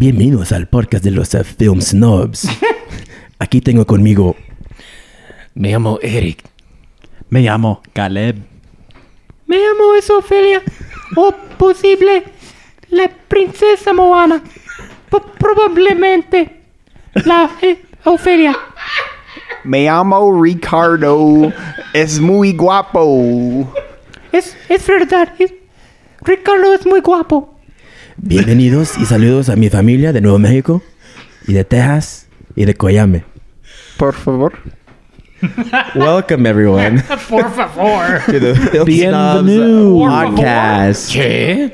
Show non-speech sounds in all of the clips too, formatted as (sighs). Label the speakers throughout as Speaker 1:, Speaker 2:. Speaker 1: Bienvenidos al podcast de los eh, Film Snobs. Aquí tengo conmigo
Speaker 2: Me llamo Eric.
Speaker 3: Me llamo Caleb.
Speaker 4: Me llamo es Ofelia, o posible la princesa Moana, Po- probablemente la eh, Ofelia.
Speaker 5: Me llamo Ricardo. Es muy guapo.
Speaker 4: Es, es verdad, es- Ricardo es muy guapo.
Speaker 1: bienvenidos y saludos a mi familia de Nuevo México y de Texas y de Coyame.
Speaker 5: Por favor.
Speaker 1: Welcome everyone
Speaker 4: Por favor.
Speaker 1: to the Film
Speaker 3: Bienvenido.
Speaker 1: podcast.
Speaker 2: ¿Qué?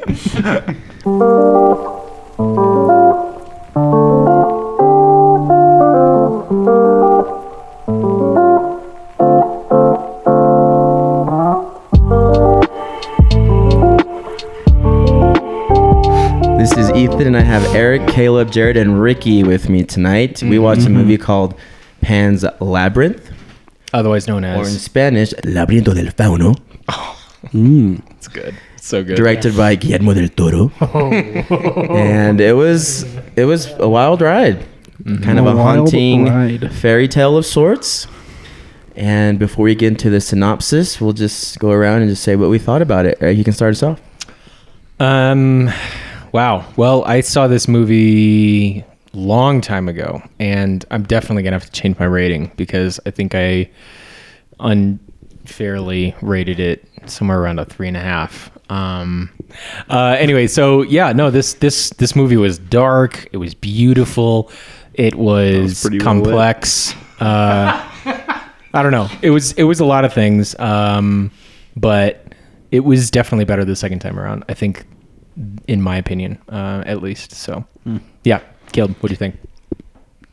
Speaker 1: This is Ethan and I have Eric, Caleb, Jared and Ricky with me tonight.
Speaker 3: Mm-hmm.
Speaker 1: We watched a movie called Pan's Labyrinth
Speaker 2: Otherwise known
Speaker 1: or in
Speaker 2: as.
Speaker 1: Spanish Laberinto del Fauno,
Speaker 2: It's good. So good.
Speaker 1: directed by Guillermo del Toro. and it was it was a wild ride, kind of a,
Speaker 3: Mm-hmm. A wild
Speaker 1: haunting
Speaker 3: ride.
Speaker 1: fairy tale of sorts. And before we get into the synopsis, we'll just go around and just say what we thought about it. Eric, you can start us off.
Speaker 2: Um, wow. Well, I saw this movie long time ago, and I'm definitely gonna have to change my rating because I think I unfairly rated it somewhere around a three and a half. Um, uh, anyway, so yeah, no this this this movie was dark. It was beautiful. It was,
Speaker 5: pretty well lit.
Speaker 2: complex. Uh, I don't know. It was it was a lot of things, um, but it was definitely better the second time around. I think, in my opinion, uh, at least. So,
Speaker 1: Hmm.
Speaker 2: yeah, Caleb, what do you think?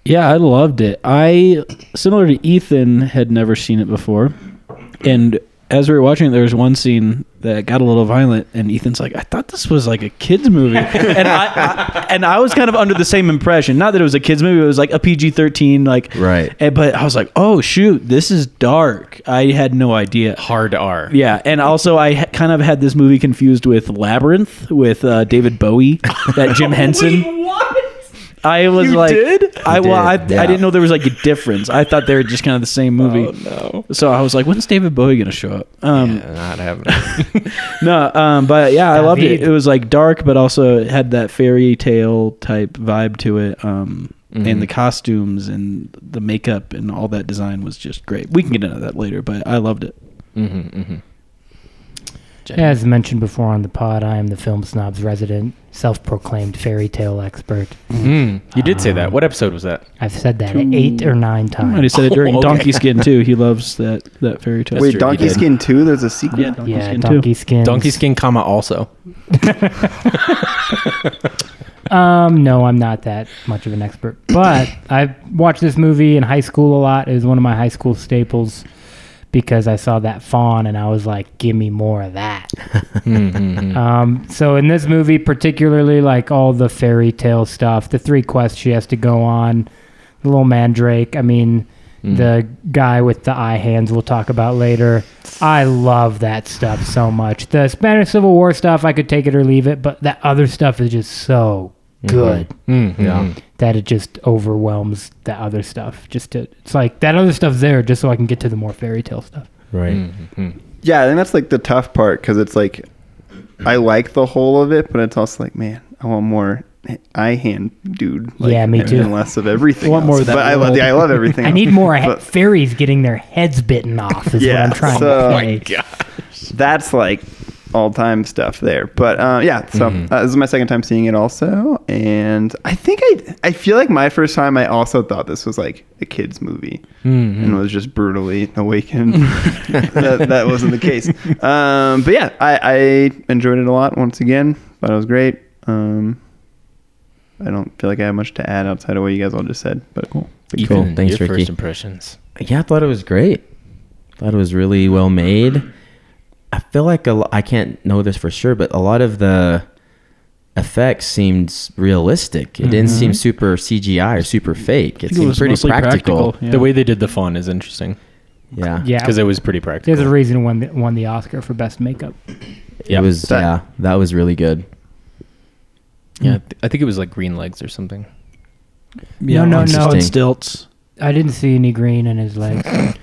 Speaker 3: Yeah, I loved it. I similar to Ethan had never seen it before, and as we were watching, it, there was one scene that got a little violent, and Ethan's like, "I thought this was like a kids movie," and I, I and I was kind of under the same impression. Not that it was a kids movie; it was like a PG thirteen, like
Speaker 1: Right.
Speaker 3: eh, But I was like, "Oh shoot, this is dark." I had no idea.
Speaker 2: Hard R.
Speaker 3: Yeah, and also I ha- kind of had this movie confused with Labyrinth with uh, David Bowie, that Jim Henson. I was like, did? I
Speaker 1: You
Speaker 3: well, I,
Speaker 1: did, yeah.
Speaker 3: I didn't know there was like a difference. I thought they were just kind of the same movie.
Speaker 2: no.
Speaker 3: So I was like, when's David Bowie gonna show up? Um,
Speaker 2: Uh, Not having.
Speaker 1: (laughs)
Speaker 3: No, um, but yeah, I loved it.
Speaker 2: David.
Speaker 3: It was like dark, but also it had that fairy tale type vibe to it. Um,
Speaker 1: Mm-hmm.
Speaker 3: And the costumes and the makeup and all that design was just great. We can get into that later, but I loved it.
Speaker 2: Mm-hmm,
Speaker 6: As mentioned before on the pod, I am the film snob's resident, self-proclaimed fairy tale expert.
Speaker 3: Mm-hmm.
Speaker 2: Mm, you did say that. What episode was that?
Speaker 6: I've said that eight or nine
Speaker 3: I already
Speaker 6: times.
Speaker 3: said it during (laughs)
Speaker 2: Oh, okay.
Speaker 3: Donkey Skin too. He loves that that fairy tale.
Speaker 5: Wait,
Speaker 2: true,
Speaker 5: Donkey
Speaker 2: he did.
Speaker 5: Skin 2? There's a sequel?
Speaker 3: yeah, Donkey
Speaker 6: yeah,
Speaker 3: Skin
Speaker 6: donkey
Speaker 3: too.
Speaker 6: skin.
Speaker 2: Donkey Skin, comma also.
Speaker 6: Um, no, I'm not that much of an expert, but I watched this movie in high school a lot. It was one of my high school staples because I saw that fawn and I was like, "Give me more of that."
Speaker 2: Mm-hmm, (laughs)
Speaker 6: Um, so in this movie, particularly like all the fairy tale stuff, the three quests she has to go on, the little mandrake. I mean, the guy with the eye hands we'll talk about later. I love that stuff so much. The Spanish Civil War stuff, I could take it or leave it, but that other stuff is just so good
Speaker 1: Yeah.
Speaker 6: that it just overwhelms the other stuff. Just to, it's like that other stuff's there just so I can get to the more fairy tale stuff.
Speaker 1: Right.
Speaker 5: Yeah, and that's like the tough part because it's like, I like the whole of it, but it's also like, man, I want more eye hand dude. Like,
Speaker 6: Yeah, me
Speaker 5: and
Speaker 6: too.
Speaker 5: then less of everything.
Speaker 3: I want more
Speaker 5: else.
Speaker 3: of that
Speaker 5: But I love,
Speaker 3: world.
Speaker 5: yeah, I love
Speaker 6: (laughs)
Speaker 5: everything.
Speaker 6: I
Speaker 5: else.
Speaker 6: need
Speaker 5: (laughs)
Speaker 6: more
Speaker 5: But
Speaker 6: fairies getting their heads bitten off. Is
Speaker 5: Yeah,
Speaker 6: what I'm trying
Speaker 5: so-
Speaker 6: to
Speaker 5: Oh
Speaker 6: say.
Speaker 5: my that's like all time stuff there. But uh, yeah, so
Speaker 3: Mm-hmm.
Speaker 5: uh, this is my second time seeing it also, and I think I I feel like my first time I also thought this was like a kids movie
Speaker 3: Mm-hmm.
Speaker 2: Mm-hmm.
Speaker 5: and was just brutally
Speaker 3: (laughs)
Speaker 5: awakened. that, that wasn't the case. Um, but yeah, I, I enjoyed it a lot once again. Thought it was great. Um, I don't feel like I have much to add outside of what you guys all just said, but cool.
Speaker 1: Cool. Thanks,
Speaker 2: your
Speaker 1: Ricky.
Speaker 2: first impressions.
Speaker 1: Yeah, I thought it was great. Thought it was really well made. I feel like a lo- I can't know this for sure, but a lot of the effects seemed realistic. It didn't seem super CGI or super fake. It
Speaker 3: Mm-hmm. think it
Speaker 1: seemed
Speaker 3: was
Speaker 1: pretty
Speaker 3: mostly
Speaker 1: practical.
Speaker 3: practical. Yeah.
Speaker 2: The way they did the fun is interesting
Speaker 1: Yeah.
Speaker 6: Yeah,
Speaker 2: because it was pretty practical.
Speaker 6: There's a reason it won the, won the Oscar for best makeup.
Speaker 1: It was
Speaker 5: That-
Speaker 1: yeah, that was really good.
Speaker 2: Yeah, I, th- I think it was like green legs or (laughs) something.
Speaker 3: Yeah,
Speaker 6: no,
Speaker 3: on
Speaker 1: no.
Speaker 3: on stilts.
Speaker 6: I didn't see any green in his legs.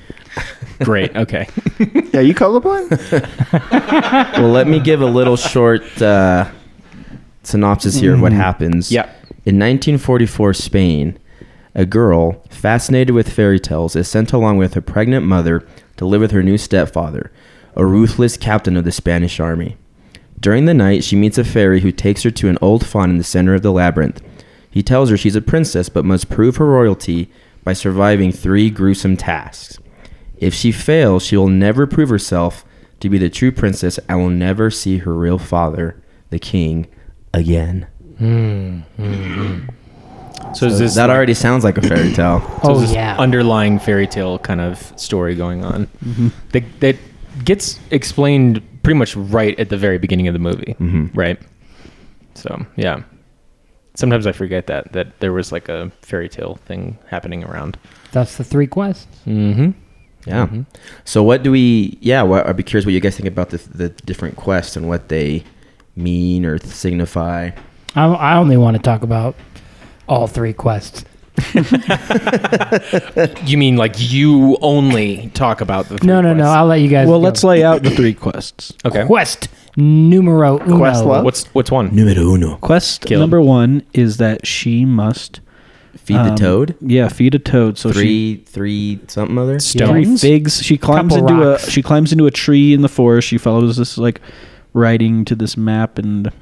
Speaker 2: Great. Okay.
Speaker 5: Yeah, you colorblind?
Speaker 1: well, let me give a little short uh, synopsis here of what happens.
Speaker 2: Yeah.
Speaker 1: In 1944 Spain, a girl fascinated with fairy tales is sent along with her pregnant mother to live with her new stepfather, a ruthless captain of the Spanish army. During the night, she meets a fairy who takes her to an old fawn in the center of the labyrinth. He tells her she's a princess but must prove her royalty by surviving three gruesome tasks. If she fails, she will never prove herself to be the true princess and will never see her real father, the king, again.
Speaker 2: So is this
Speaker 1: hmm. that
Speaker 2: like-
Speaker 1: already sounds like a
Speaker 2: (clears throat)
Speaker 1: fairy tale.
Speaker 2: so
Speaker 6: oh
Speaker 2: is this
Speaker 6: yeah.
Speaker 2: underlying fairy tale kind of story going on
Speaker 6: Mm-hmm.
Speaker 2: that, that gets explained pretty much right at the very beginning of the movie,
Speaker 1: Mhm.
Speaker 2: right? So yeah, sometimes I forget that that there was like a fairy tale thing happening around.
Speaker 6: That's the three quests.
Speaker 2: Mm-hmm.
Speaker 1: Yeah.
Speaker 2: Mhm.
Speaker 1: So what do we? Yeah, what, I'd be curious what you guys think about the the different quests and what they mean or signify.
Speaker 6: I, I only want to talk about all three quests.
Speaker 2: You mean like you only talk about the
Speaker 6: No, no, no. I'll let you guys.
Speaker 3: Well,
Speaker 6: go.
Speaker 3: let's lay
Speaker 6: (clears throat)
Speaker 3: out the three quests.
Speaker 2: okay.
Speaker 6: quest numero uno.
Speaker 5: Quest love?
Speaker 2: What's what's one?
Speaker 1: Numero uno.
Speaker 3: Quest
Speaker 2: Kill him.
Speaker 3: number one is that she must
Speaker 1: Feed the
Speaker 3: um,
Speaker 1: toad.
Speaker 3: Yeah, feed a toad. So
Speaker 1: three,
Speaker 3: she
Speaker 1: three, something other.
Speaker 3: three
Speaker 2: Stones.
Speaker 3: figs. She climbs
Speaker 6: Couple
Speaker 3: into
Speaker 6: rocks.
Speaker 3: a she climbs into a tree in the forest. She follows this like writing to this map and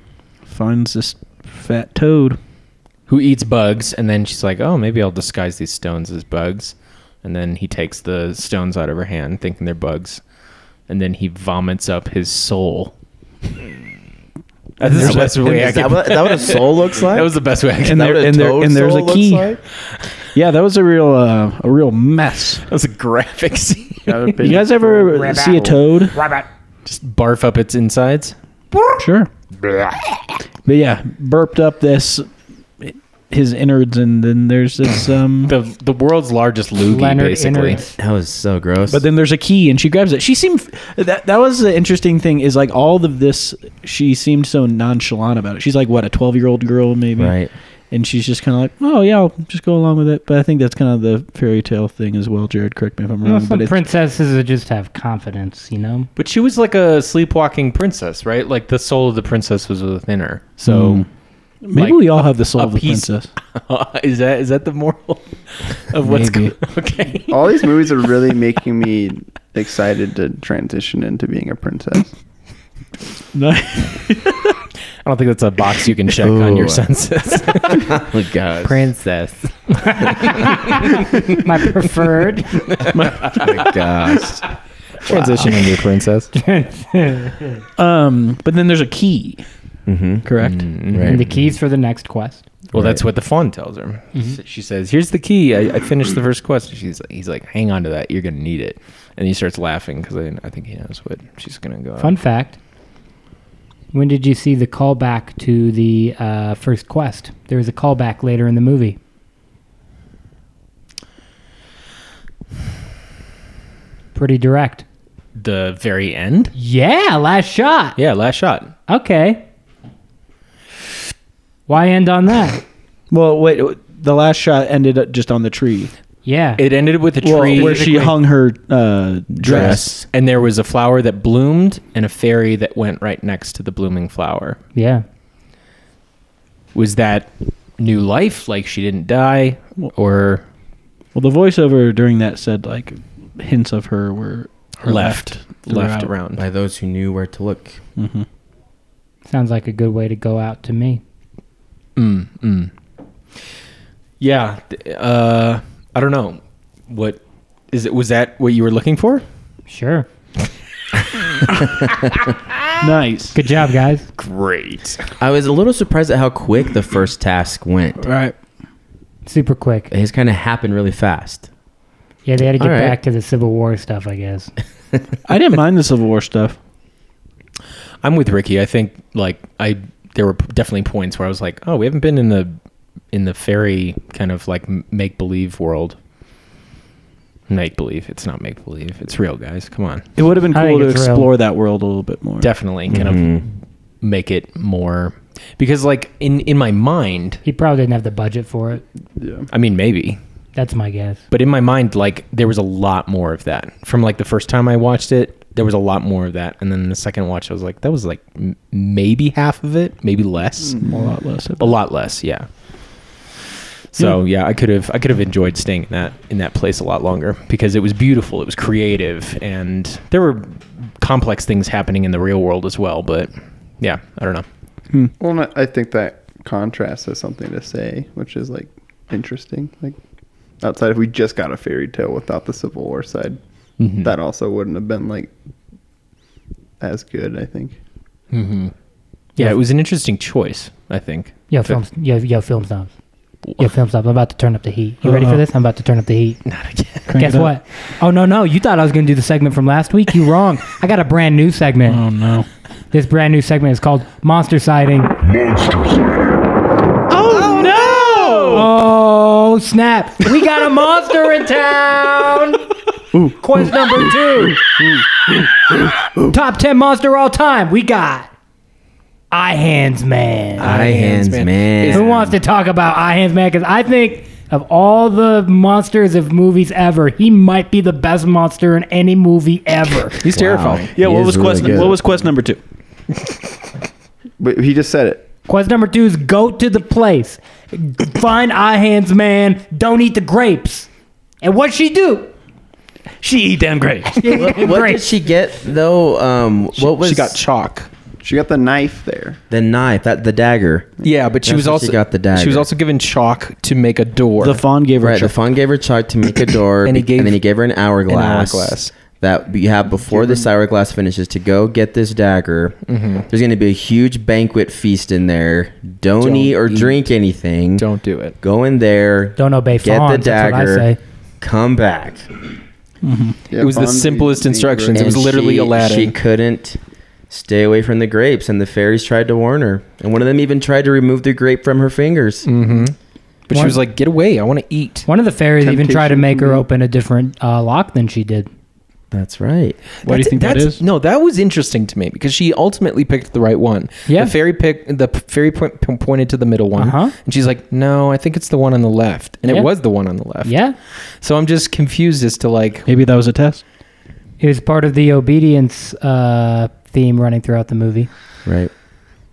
Speaker 3: finds this fat toad.
Speaker 2: who eats bugs, and then she's like, "Oh, maybe I'll disguise these stones as bugs," and then he takes the stones out of her hand, thinking they're bugs, and then he vomits up his soul. That's the best way I
Speaker 1: Is that,
Speaker 2: can-
Speaker 1: what, is that what a soul looks like?
Speaker 2: (laughs) That was the best way I could.
Speaker 1: Is
Speaker 3: And
Speaker 1: that
Speaker 3: there-
Speaker 1: what a
Speaker 3: and there-
Speaker 1: toad
Speaker 3: and there's
Speaker 1: soul
Speaker 3: a
Speaker 1: looks
Speaker 3: key.
Speaker 1: like?
Speaker 3: (laughs) Yeah, that was a real uh, a real mess.
Speaker 2: That was a graphic (laughs) scene.
Speaker 3: You guys ever see a toad?
Speaker 2: Just barf up its insides.
Speaker 3: Sure. But yeah, burped up this his innards, and then
Speaker 1: (coughs)
Speaker 3: there's this um.
Speaker 2: The the world's largest loogie,
Speaker 6: Leonard
Speaker 2: basically.
Speaker 6: Inert.
Speaker 1: That was so gross.
Speaker 3: But then there's a key, and she grabs it. She seemed that that was the interesting thing is like all of this. She seemed so nonchalant about it. She's like what a twelve year old girl
Speaker 2: (laughs)
Speaker 3: maybe,
Speaker 1: right.
Speaker 3: And she's just kind of like, oh yeah, I'll just go along with it. But I think that's kind of the fairy tale thing as well. Jared, correct me if I'm
Speaker 6: You know,
Speaker 3: wrong.
Speaker 6: some
Speaker 3: Mm, but it's,
Speaker 6: princesses that just have confidence, you know. (laughs)
Speaker 2: But she was like a sleepwalking princess, right? Like the soul of the princess was within her. (laughs) So
Speaker 3: maybe
Speaker 2: like,
Speaker 3: we all have the soul
Speaker 2: a
Speaker 3: of the
Speaker 2: piece-
Speaker 3: (laughs) princess.
Speaker 2: is that is that the moral (laughs) of what's
Speaker 6: Maybe.
Speaker 2: going? (laughs) Okay.
Speaker 5: All
Speaker 2: (laughs)
Speaker 5: these movies are really making me excited to transition into being a princess.
Speaker 2: I don't think that's a box you can check on your census.
Speaker 1: Oh god.
Speaker 2: (laughs) Princess.
Speaker 6: My preferred.
Speaker 1: Oh my gosh.
Speaker 2: (laughs) Transition into a princess.
Speaker 3: um, but then there's a key,
Speaker 1: Mm-hmm.
Speaker 3: correct?
Speaker 6: and the keys for the next quest.
Speaker 2: Mm, Well, that's what the fawn tells her.
Speaker 3: Mm-hmm.
Speaker 2: She says, "Here's the key. I, I finished the first quest." She's, he's like, "Hang on to that. You're gonna need it." And he starts laughing because I, I think he knows what she's gonna go.
Speaker 6: Fun fact. When did you see the callback to the uh, first quest? There was a callback later in the movie. Pretty direct.
Speaker 2: The very end.
Speaker 6: Yeah, last shot.
Speaker 2: Yeah, last shot.
Speaker 6: Okay. Why end on (laughs) that?
Speaker 3: Well, wait, the last shot ended up just on the tree,
Speaker 6: Yeah.
Speaker 2: It ended with a
Speaker 3: Well,
Speaker 2: tree
Speaker 3: where she hung her uh, dress.
Speaker 2: and there was a flower that bloomed and a fairy that went right next to the blooming flower.
Speaker 6: yeah.
Speaker 2: Was that new life? Like she didn't die, or
Speaker 3: Well, the voiceover during that said like hints of her were her
Speaker 2: left, left
Speaker 3: throughout.
Speaker 2: around.
Speaker 1: By those who knew where to look.
Speaker 3: Mhm.
Speaker 6: Sounds like a good way to go out to me.
Speaker 2: Mm, mm. Yeah. th- Uh, I don't know. What is it? Was that what you were looking for?
Speaker 6: Sure.
Speaker 3: Nice.
Speaker 6: Good job, guys.
Speaker 2: Great.
Speaker 1: I was a little surprised at how quick the first task went.
Speaker 3: All right.
Speaker 6: Super quick.
Speaker 1: It kind of happened really fast.
Speaker 6: Yeah, they had to get
Speaker 1: All right.
Speaker 6: back to the Civil War stuff, I guess.
Speaker 3: I didn't mind the Civil War stuff.
Speaker 2: I'm with Ricky. I think like I there were definitely points where I was like, oh, we haven't been in the in the fairy kind of like make believe world. Make believe. It's not make believe. It's real, guys. Come on.
Speaker 3: It would have been
Speaker 6: I
Speaker 3: cool
Speaker 6: think
Speaker 3: to
Speaker 6: it's real.
Speaker 2: Mm-hmm.
Speaker 3: explore that world a little bit more.
Speaker 2: Definitely kind
Speaker 1: Mhm.
Speaker 2: of make it more because like in in my mind,
Speaker 6: He probably didn't have the budget for it.
Speaker 5: Yeah.
Speaker 2: I mean maybe,
Speaker 6: That's my guess.
Speaker 2: but in my mind like there was a lot more of that from like the first time I watched it. There was a lot more of that, and then the second watch, I was like, that was like m- maybe half of it, maybe less,
Speaker 3: a lot less.
Speaker 2: a lot less, Mm-hmm. yeah. So yeah, I could have I could have enjoyed staying in that in that place a lot longer because it was beautiful, it was creative, and there were complex things happening in the real world as well. But yeah, I don't know.
Speaker 5: Well, no, I think that contrast has something to say, which is like interesting. Like outside, if we just got a fairy tale without the Civil War side,
Speaker 2: Mm-hmm.
Speaker 5: that also wouldn't have been like as good. I think.
Speaker 2: Yeah, it was an interesting choice, I think.
Speaker 6: Yo, films. Yo, yo, film snobs. Yo, film snobs. I'm about to turn up the heat. You ready for
Speaker 3: Uh-oh.
Speaker 6: this? I'm about to turn up the heat.
Speaker 2: (laughs) Not again.
Speaker 6: Guess what? Oh no, no. You thought I was gonna do the segment from last week. You wrong. I got a brand new segment.
Speaker 3: Oh no.
Speaker 6: This brand new segment is called Monster Sighting.
Speaker 5: Oh, no!
Speaker 6: Oh snap! We got a monster in town. Quiz number two. Top ten monster all time. We got Eye Hands Man.
Speaker 1: Eye hands,
Speaker 2: man.
Speaker 1: man.
Speaker 6: Who wants to talk about Eye Hands Man? Because I think of all the monsters of movies ever, he might be the best monster in any movie
Speaker 2: (laughs)
Speaker 6: ever.
Speaker 2: He's terrifying.
Speaker 1: He
Speaker 3: Yeah, what
Speaker 1: is
Speaker 3: was
Speaker 1: really
Speaker 3: quest?
Speaker 1: good.
Speaker 3: what was quest number two?
Speaker 5: But he just said it.
Speaker 6: Quest number two is go to the place, find Eye Hands Man, don't eat the grapes. And what she do?
Speaker 3: She eat damn great.
Speaker 1: what, what did she get though? Um, what was
Speaker 2: she got chalk?
Speaker 5: She got the knife there.
Speaker 1: the knife? That the dagger.
Speaker 2: Yeah, but she
Speaker 1: That's
Speaker 2: was
Speaker 1: when
Speaker 2: also
Speaker 1: she got the
Speaker 2: She was
Speaker 1: dagger.
Speaker 2: also given chalk to make a door.
Speaker 3: The fawn gave her
Speaker 1: Right, the
Speaker 3: chocolate.
Speaker 1: fawn gave her chalk to make a door,
Speaker 2: And
Speaker 1: and,
Speaker 2: he gave-
Speaker 1: and then he gave her an hourglass.
Speaker 2: hourglass.
Speaker 1: That you have before this hourglass finishes to go get this dagger. There's going to be a huge banquet feast in there. Don't,
Speaker 2: Don't
Speaker 1: eat or
Speaker 2: eat.
Speaker 1: drink anything.
Speaker 2: Don't do it.
Speaker 1: go in there.
Speaker 6: Don't obey
Speaker 1: Get the
Speaker 6: fawns, that's what I
Speaker 1: dagger.
Speaker 6: say.
Speaker 1: Come back.
Speaker 5: Yeah,
Speaker 2: It was the
Speaker 5: Bond
Speaker 2: simplest
Speaker 5: beat- beat
Speaker 2: instructions. It was
Speaker 1: And
Speaker 2: literally
Speaker 1: she-
Speaker 2: Aladdin.
Speaker 1: She couldn't stay away from the grapes, and the fairies tried to warn her. And one of them even tried to remove the grape from her fingers.
Speaker 2: But she was like, "Get away! I want to eat."
Speaker 6: One of the fairies even tried to
Speaker 5: Temptation
Speaker 6: make her
Speaker 5: Queen.
Speaker 6: open a different uh, lock than she
Speaker 2: (laughs)
Speaker 6: did.
Speaker 1: That's right.
Speaker 3: Why do you
Speaker 2: That's-
Speaker 3: think that
Speaker 2: that's-
Speaker 3: is?
Speaker 2: No, that was interesting to me because she ultimately picked the right one.
Speaker 6: Yeah.
Speaker 2: the fairy picked the p- fairy point, p- pointed to the middle one,
Speaker 6: Uh-huh.
Speaker 2: and she's like, "No, I think it's the one on the left," and
Speaker 6: Yeah.
Speaker 2: it was the one on the left.
Speaker 6: Yeah,
Speaker 2: So I'm just confused as to like,
Speaker 3: Maybe that was a test.
Speaker 6: it was part of the obedience uh, theme running throughout the movie.
Speaker 1: Right.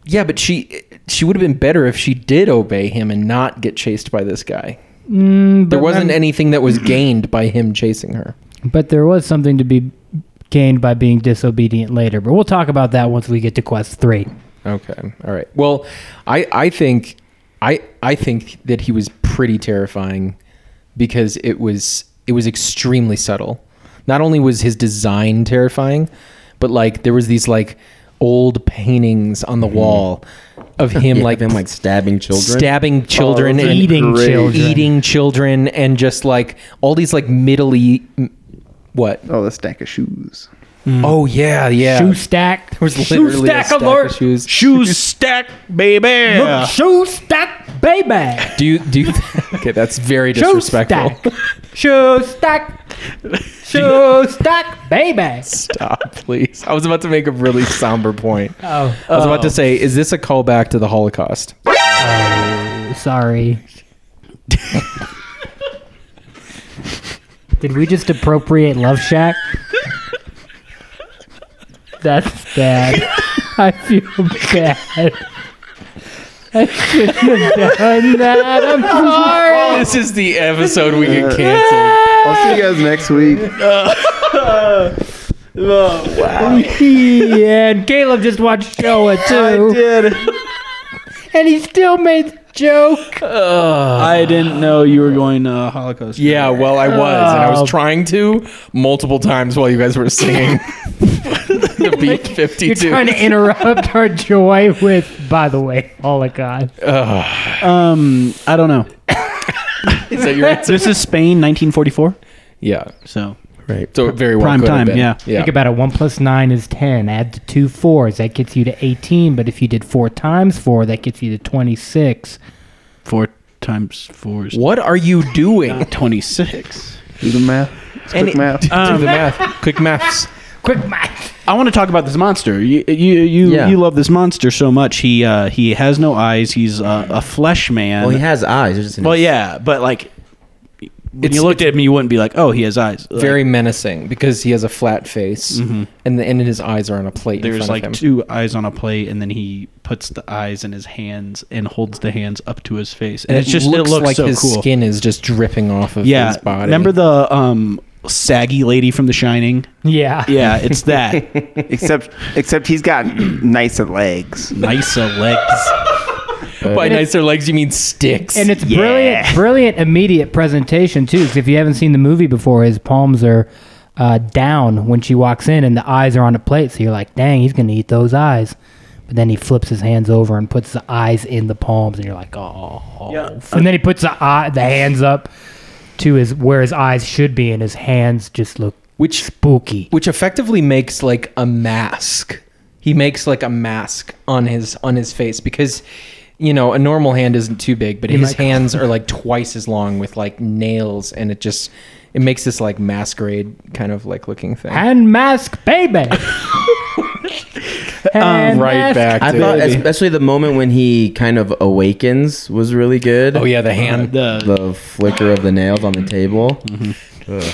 Speaker 2: yeah, but she she would have been better if she did obey him and not get chased by this guy.
Speaker 6: Mm,
Speaker 2: There
Speaker 6: but
Speaker 2: wasn't
Speaker 6: remem-
Speaker 2: anything that was gained by him chasing her.
Speaker 6: but there was something to be gained by being disobedient later. But we'll talk about that once we get to quest three.
Speaker 2: Okay. All right. Well, I I think I I think that he was pretty terrifying because it was it was extremely subtle. Not only was his design terrifying, but like there was these like old paintings on the wall of
Speaker 1: (laughs)
Speaker 2: him
Speaker 1: Yeah,
Speaker 2: like
Speaker 1: them like stabbing children.
Speaker 2: stabbing children
Speaker 5: those
Speaker 2: and
Speaker 5: are
Speaker 6: Eating
Speaker 5: great.
Speaker 6: children.
Speaker 2: eating children and just like all these like middle e- what?
Speaker 5: Oh, the stack of shoes.
Speaker 2: Oh yeah, yeah.
Speaker 6: Shoe stack.
Speaker 2: There was literally a stack of shoes. (laughs)
Speaker 3: Shoes stack, baby.
Speaker 6: Look, Shoe stack, baby.
Speaker 2: Do you do you Okay, that's very
Speaker 6: Shoe
Speaker 2: disrespectful.
Speaker 6: stack. Shoe stack. Shoe stack, baby.
Speaker 2: (laughs) Stop, please. I was about to make a really somber point.
Speaker 6: Oh,
Speaker 2: I was about to say, is this a callback to the Holocaust?
Speaker 6: sorry. Did we just appropriate Love Shack? That's bad. I feel bad. I shouldn't have done that. I'm sorry.
Speaker 2: This is the episode we get canceled.
Speaker 5: I'll see you guys next week.
Speaker 6: yeah, and Caleb just watched Showa too. And he still made the joke.
Speaker 3: I didn't know you were going uh,
Speaker 2: (laughs)
Speaker 3: Holocaust.
Speaker 2: Yeah, well, I was, and I
Speaker 6: Oh.
Speaker 2: was trying to multiple times while you guys were singing the beat
Speaker 6: You're
Speaker 2: 52.
Speaker 6: trying to interrupt our joy with, by the way, Holocaust.
Speaker 3: Um, I don't know.
Speaker 2: is that your
Speaker 3: (laughs)
Speaker 2: answer?
Speaker 3: This is Spain, 1944.
Speaker 2: Yeah.
Speaker 3: So
Speaker 1: right.
Speaker 2: So it very well
Speaker 3: Prime
Speaker 2: could have
Speaker 3: time,
Speaker 2: been.
Speaker 3: yeah.
Speaker 2: yeah.
Speaker 6: Think about it. One plus nine is ten. Add the two fours. That gets you to eighteen. But if you did four times four, that gets you to twenty-six.
Speaker 3: four times four is
Speaker 2: what are you doing?
Speaker 3: uh, 26.
Speaker 5: Do the math. It's
Speaker 2: And
Speaker 5: quick
Speaker 2: it-
Speaker 5: math.
Speaker 2: Do the math. Quick maths.
Speaker 6: Um, Quick math.
Speaker 3: I want to talk about this monster. You you you,
Speaker 1: Yeah.
Speaker 3: you love this monster so much. He uh, he has no eyes. He's uh, a flesh man.
Speaker 1: Well, he has eyes. It's Just in
Speaker 3: Well,
Speaker 1: his-
Speaker 3: yeah, but like when
Speaker 2: It's-
Speaker 3: you looked at him, you wouldn't be like, "Oh, he has eyes." Like,
Speaker 2: Very menacing because he has a flat face and the and his eyes are on a plate. in
Speaker 3: there's
Speaker 2: front
Speaker 3: like
Speaker 2: of him.
Speaker 3: two eyes on a plate, and then he puts the eyes in his hands and holds the hands up to his face, and, it's just it looks
Speaker 2: like
Speaker 3: so
Speaker 2: his
Speaker 3: cool.
Speaker 2: skin is just dripping off of
Speaker 3: yeah,
Speaker 2: his body.
Speaker 3: remember the um saggy lady from The Shining?
Speaker 6: Yeah.
Speaker 3: Yeah, it's that
Speaker 5: except except he's got (clears throat) nicer legs.
Speaker 3: nicer legs.
Speaker 2: by nicer legs you mean sticks?
Speaker 6: And it's brilliant, brilliant immediate presentation too. 'cause if you haven't seen the movie before, his palms are uh, down when she walks in, and the eyes are on the plate. So you're like, "Dang, he's gonna eat those eyes." But then he flips his hands over and puts the eyes in the palms, and you're like, "Oh." And then he puts the eye, the hands up to his where his eyes should be, and his hands just look
Speaker 2: which
Speaker 6: spooky.
Speaker 2: which effectively makes like a mask. He makes like a mask on his on his face because you know a normal hand isn't too big, but his hands are like twice as long with like nails, and it just it makes this like masquerade kind of like looking thing.
Speaker 6: Hand mask,
Speaker 1: (laughs)
Speaker 6: baby. Hand mask.
Speaker 1: I thought, especially the moment when he kind of awakens was really good.
Speaker 2: oh yeah, the hand.
Speaker 3: The,
Speaker 1: The flicker of the nails on the table. Ugh.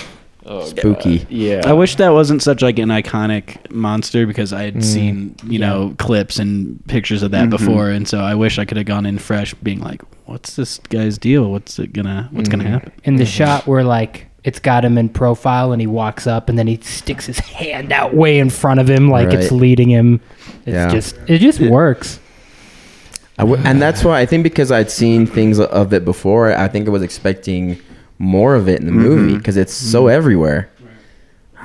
Speaker 2: Oh,
Speaker 1: Spooky.
Speaker 3: I wish that wasn't such like an iconic monster because I had seen you know clips and pictures of that before, and so I wish I could have gone in fresh, being like, "What's this guy's deal? What's it gonna What's gonna happen?"
Speaker 6: in the shot where like it's got him in profile and he walks up and then he sticks his hand out way in front of him like it's
Speaker 1: Right.
Speaker 6: leading him. It's
Speaker 1: Yeah.
Speaker 6: just it just works.
Speaker 1: I w- and that's why I think because I'd seen things of it before, I think I was expecting more of it in the movie because it's so everywhere.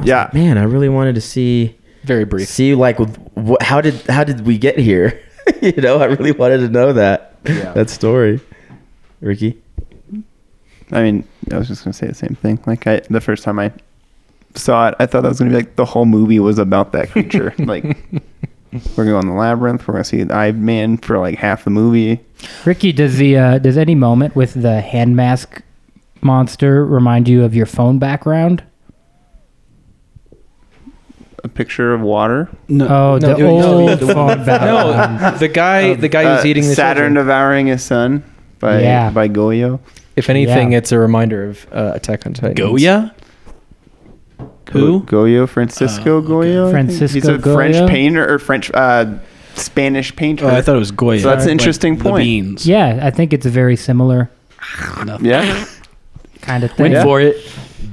Speaker 5: Yeah.
Speaker 1: Man, I really wanted to see
Speaker 2: Very brief.
Speaker 1: see like wh- how did how did we get here? (laughs) you know, I really wanted to know that that story. Ricky,
Speaker 5: I mean, I was just gonna say the same thing. Like I, the first time I saw it, I thought that was gonna be like the whole movie was about that
Speaker 3: (laughs)
Speaker 5: creature. like we're going to the labyrinth. We're gonna see the Eye Man for like half the movie.
Speaker 6: Ricky, does the uh, does any moment with the hand mask monster remind you of your phone background?
Speaker 5: A picture of water.
Speaker 6: Oh, the
Speaker 2: no, no,
Speaker 6: old
Speaker 2: the-
Speaker 6: phone background.
Speaker 2: (laughs)
Speaker 5: (laughs)
Speaker 2: No, the guy the guy who's
Speaker 5: Uh,
Speaker 2: eating the
Speaker 5: Saturn
Speaker 2: children.
Speaker 5: devouring his son by
Speaker 6: Yeah.
Speaker 5: by Goyo.
Speaker 2: If anything,
Speaker 6: Yeah.
Speaker 2: it's a reminder of uh, Attack on Titan.
Speaker 3: Goya, who? Oh,
Speaker 5: Goyo Francisco Goyo. I think. He's
Speaker 6: Francisco
Speaker 5: a French
Speaker 6: Goya?
Speaker 5: painter or French uh, Spanish painter.
Speaker 3: Oh, I thought it was Goya.
Speaker 5: So that's an
Speaker 3: Like
Speaker 5: interesting
Speaker 3: the
Speaker 5: point.
Speaker 3: beans.
Speaker 6: Yeah, I think it's a very similar
Speaker 5: Yeah,
Speaker 6: kind of thing.
Speaker 3: Went
Speaker 5: Yeah.
Speaker 3: for it.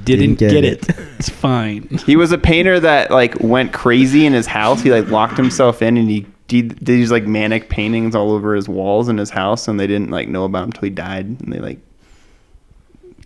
Speaker 3: Didn't,
Speaker 1: Didn't
Speaker 3: get,
Speaker 1: get
Speaker 3: it. It's fine.
Speaker 5: he was a painter that like went crazy in his house. He like locked himself in and he did did these like manic paintings all over his walls in his house, and they didn't like know about him until he died. And they like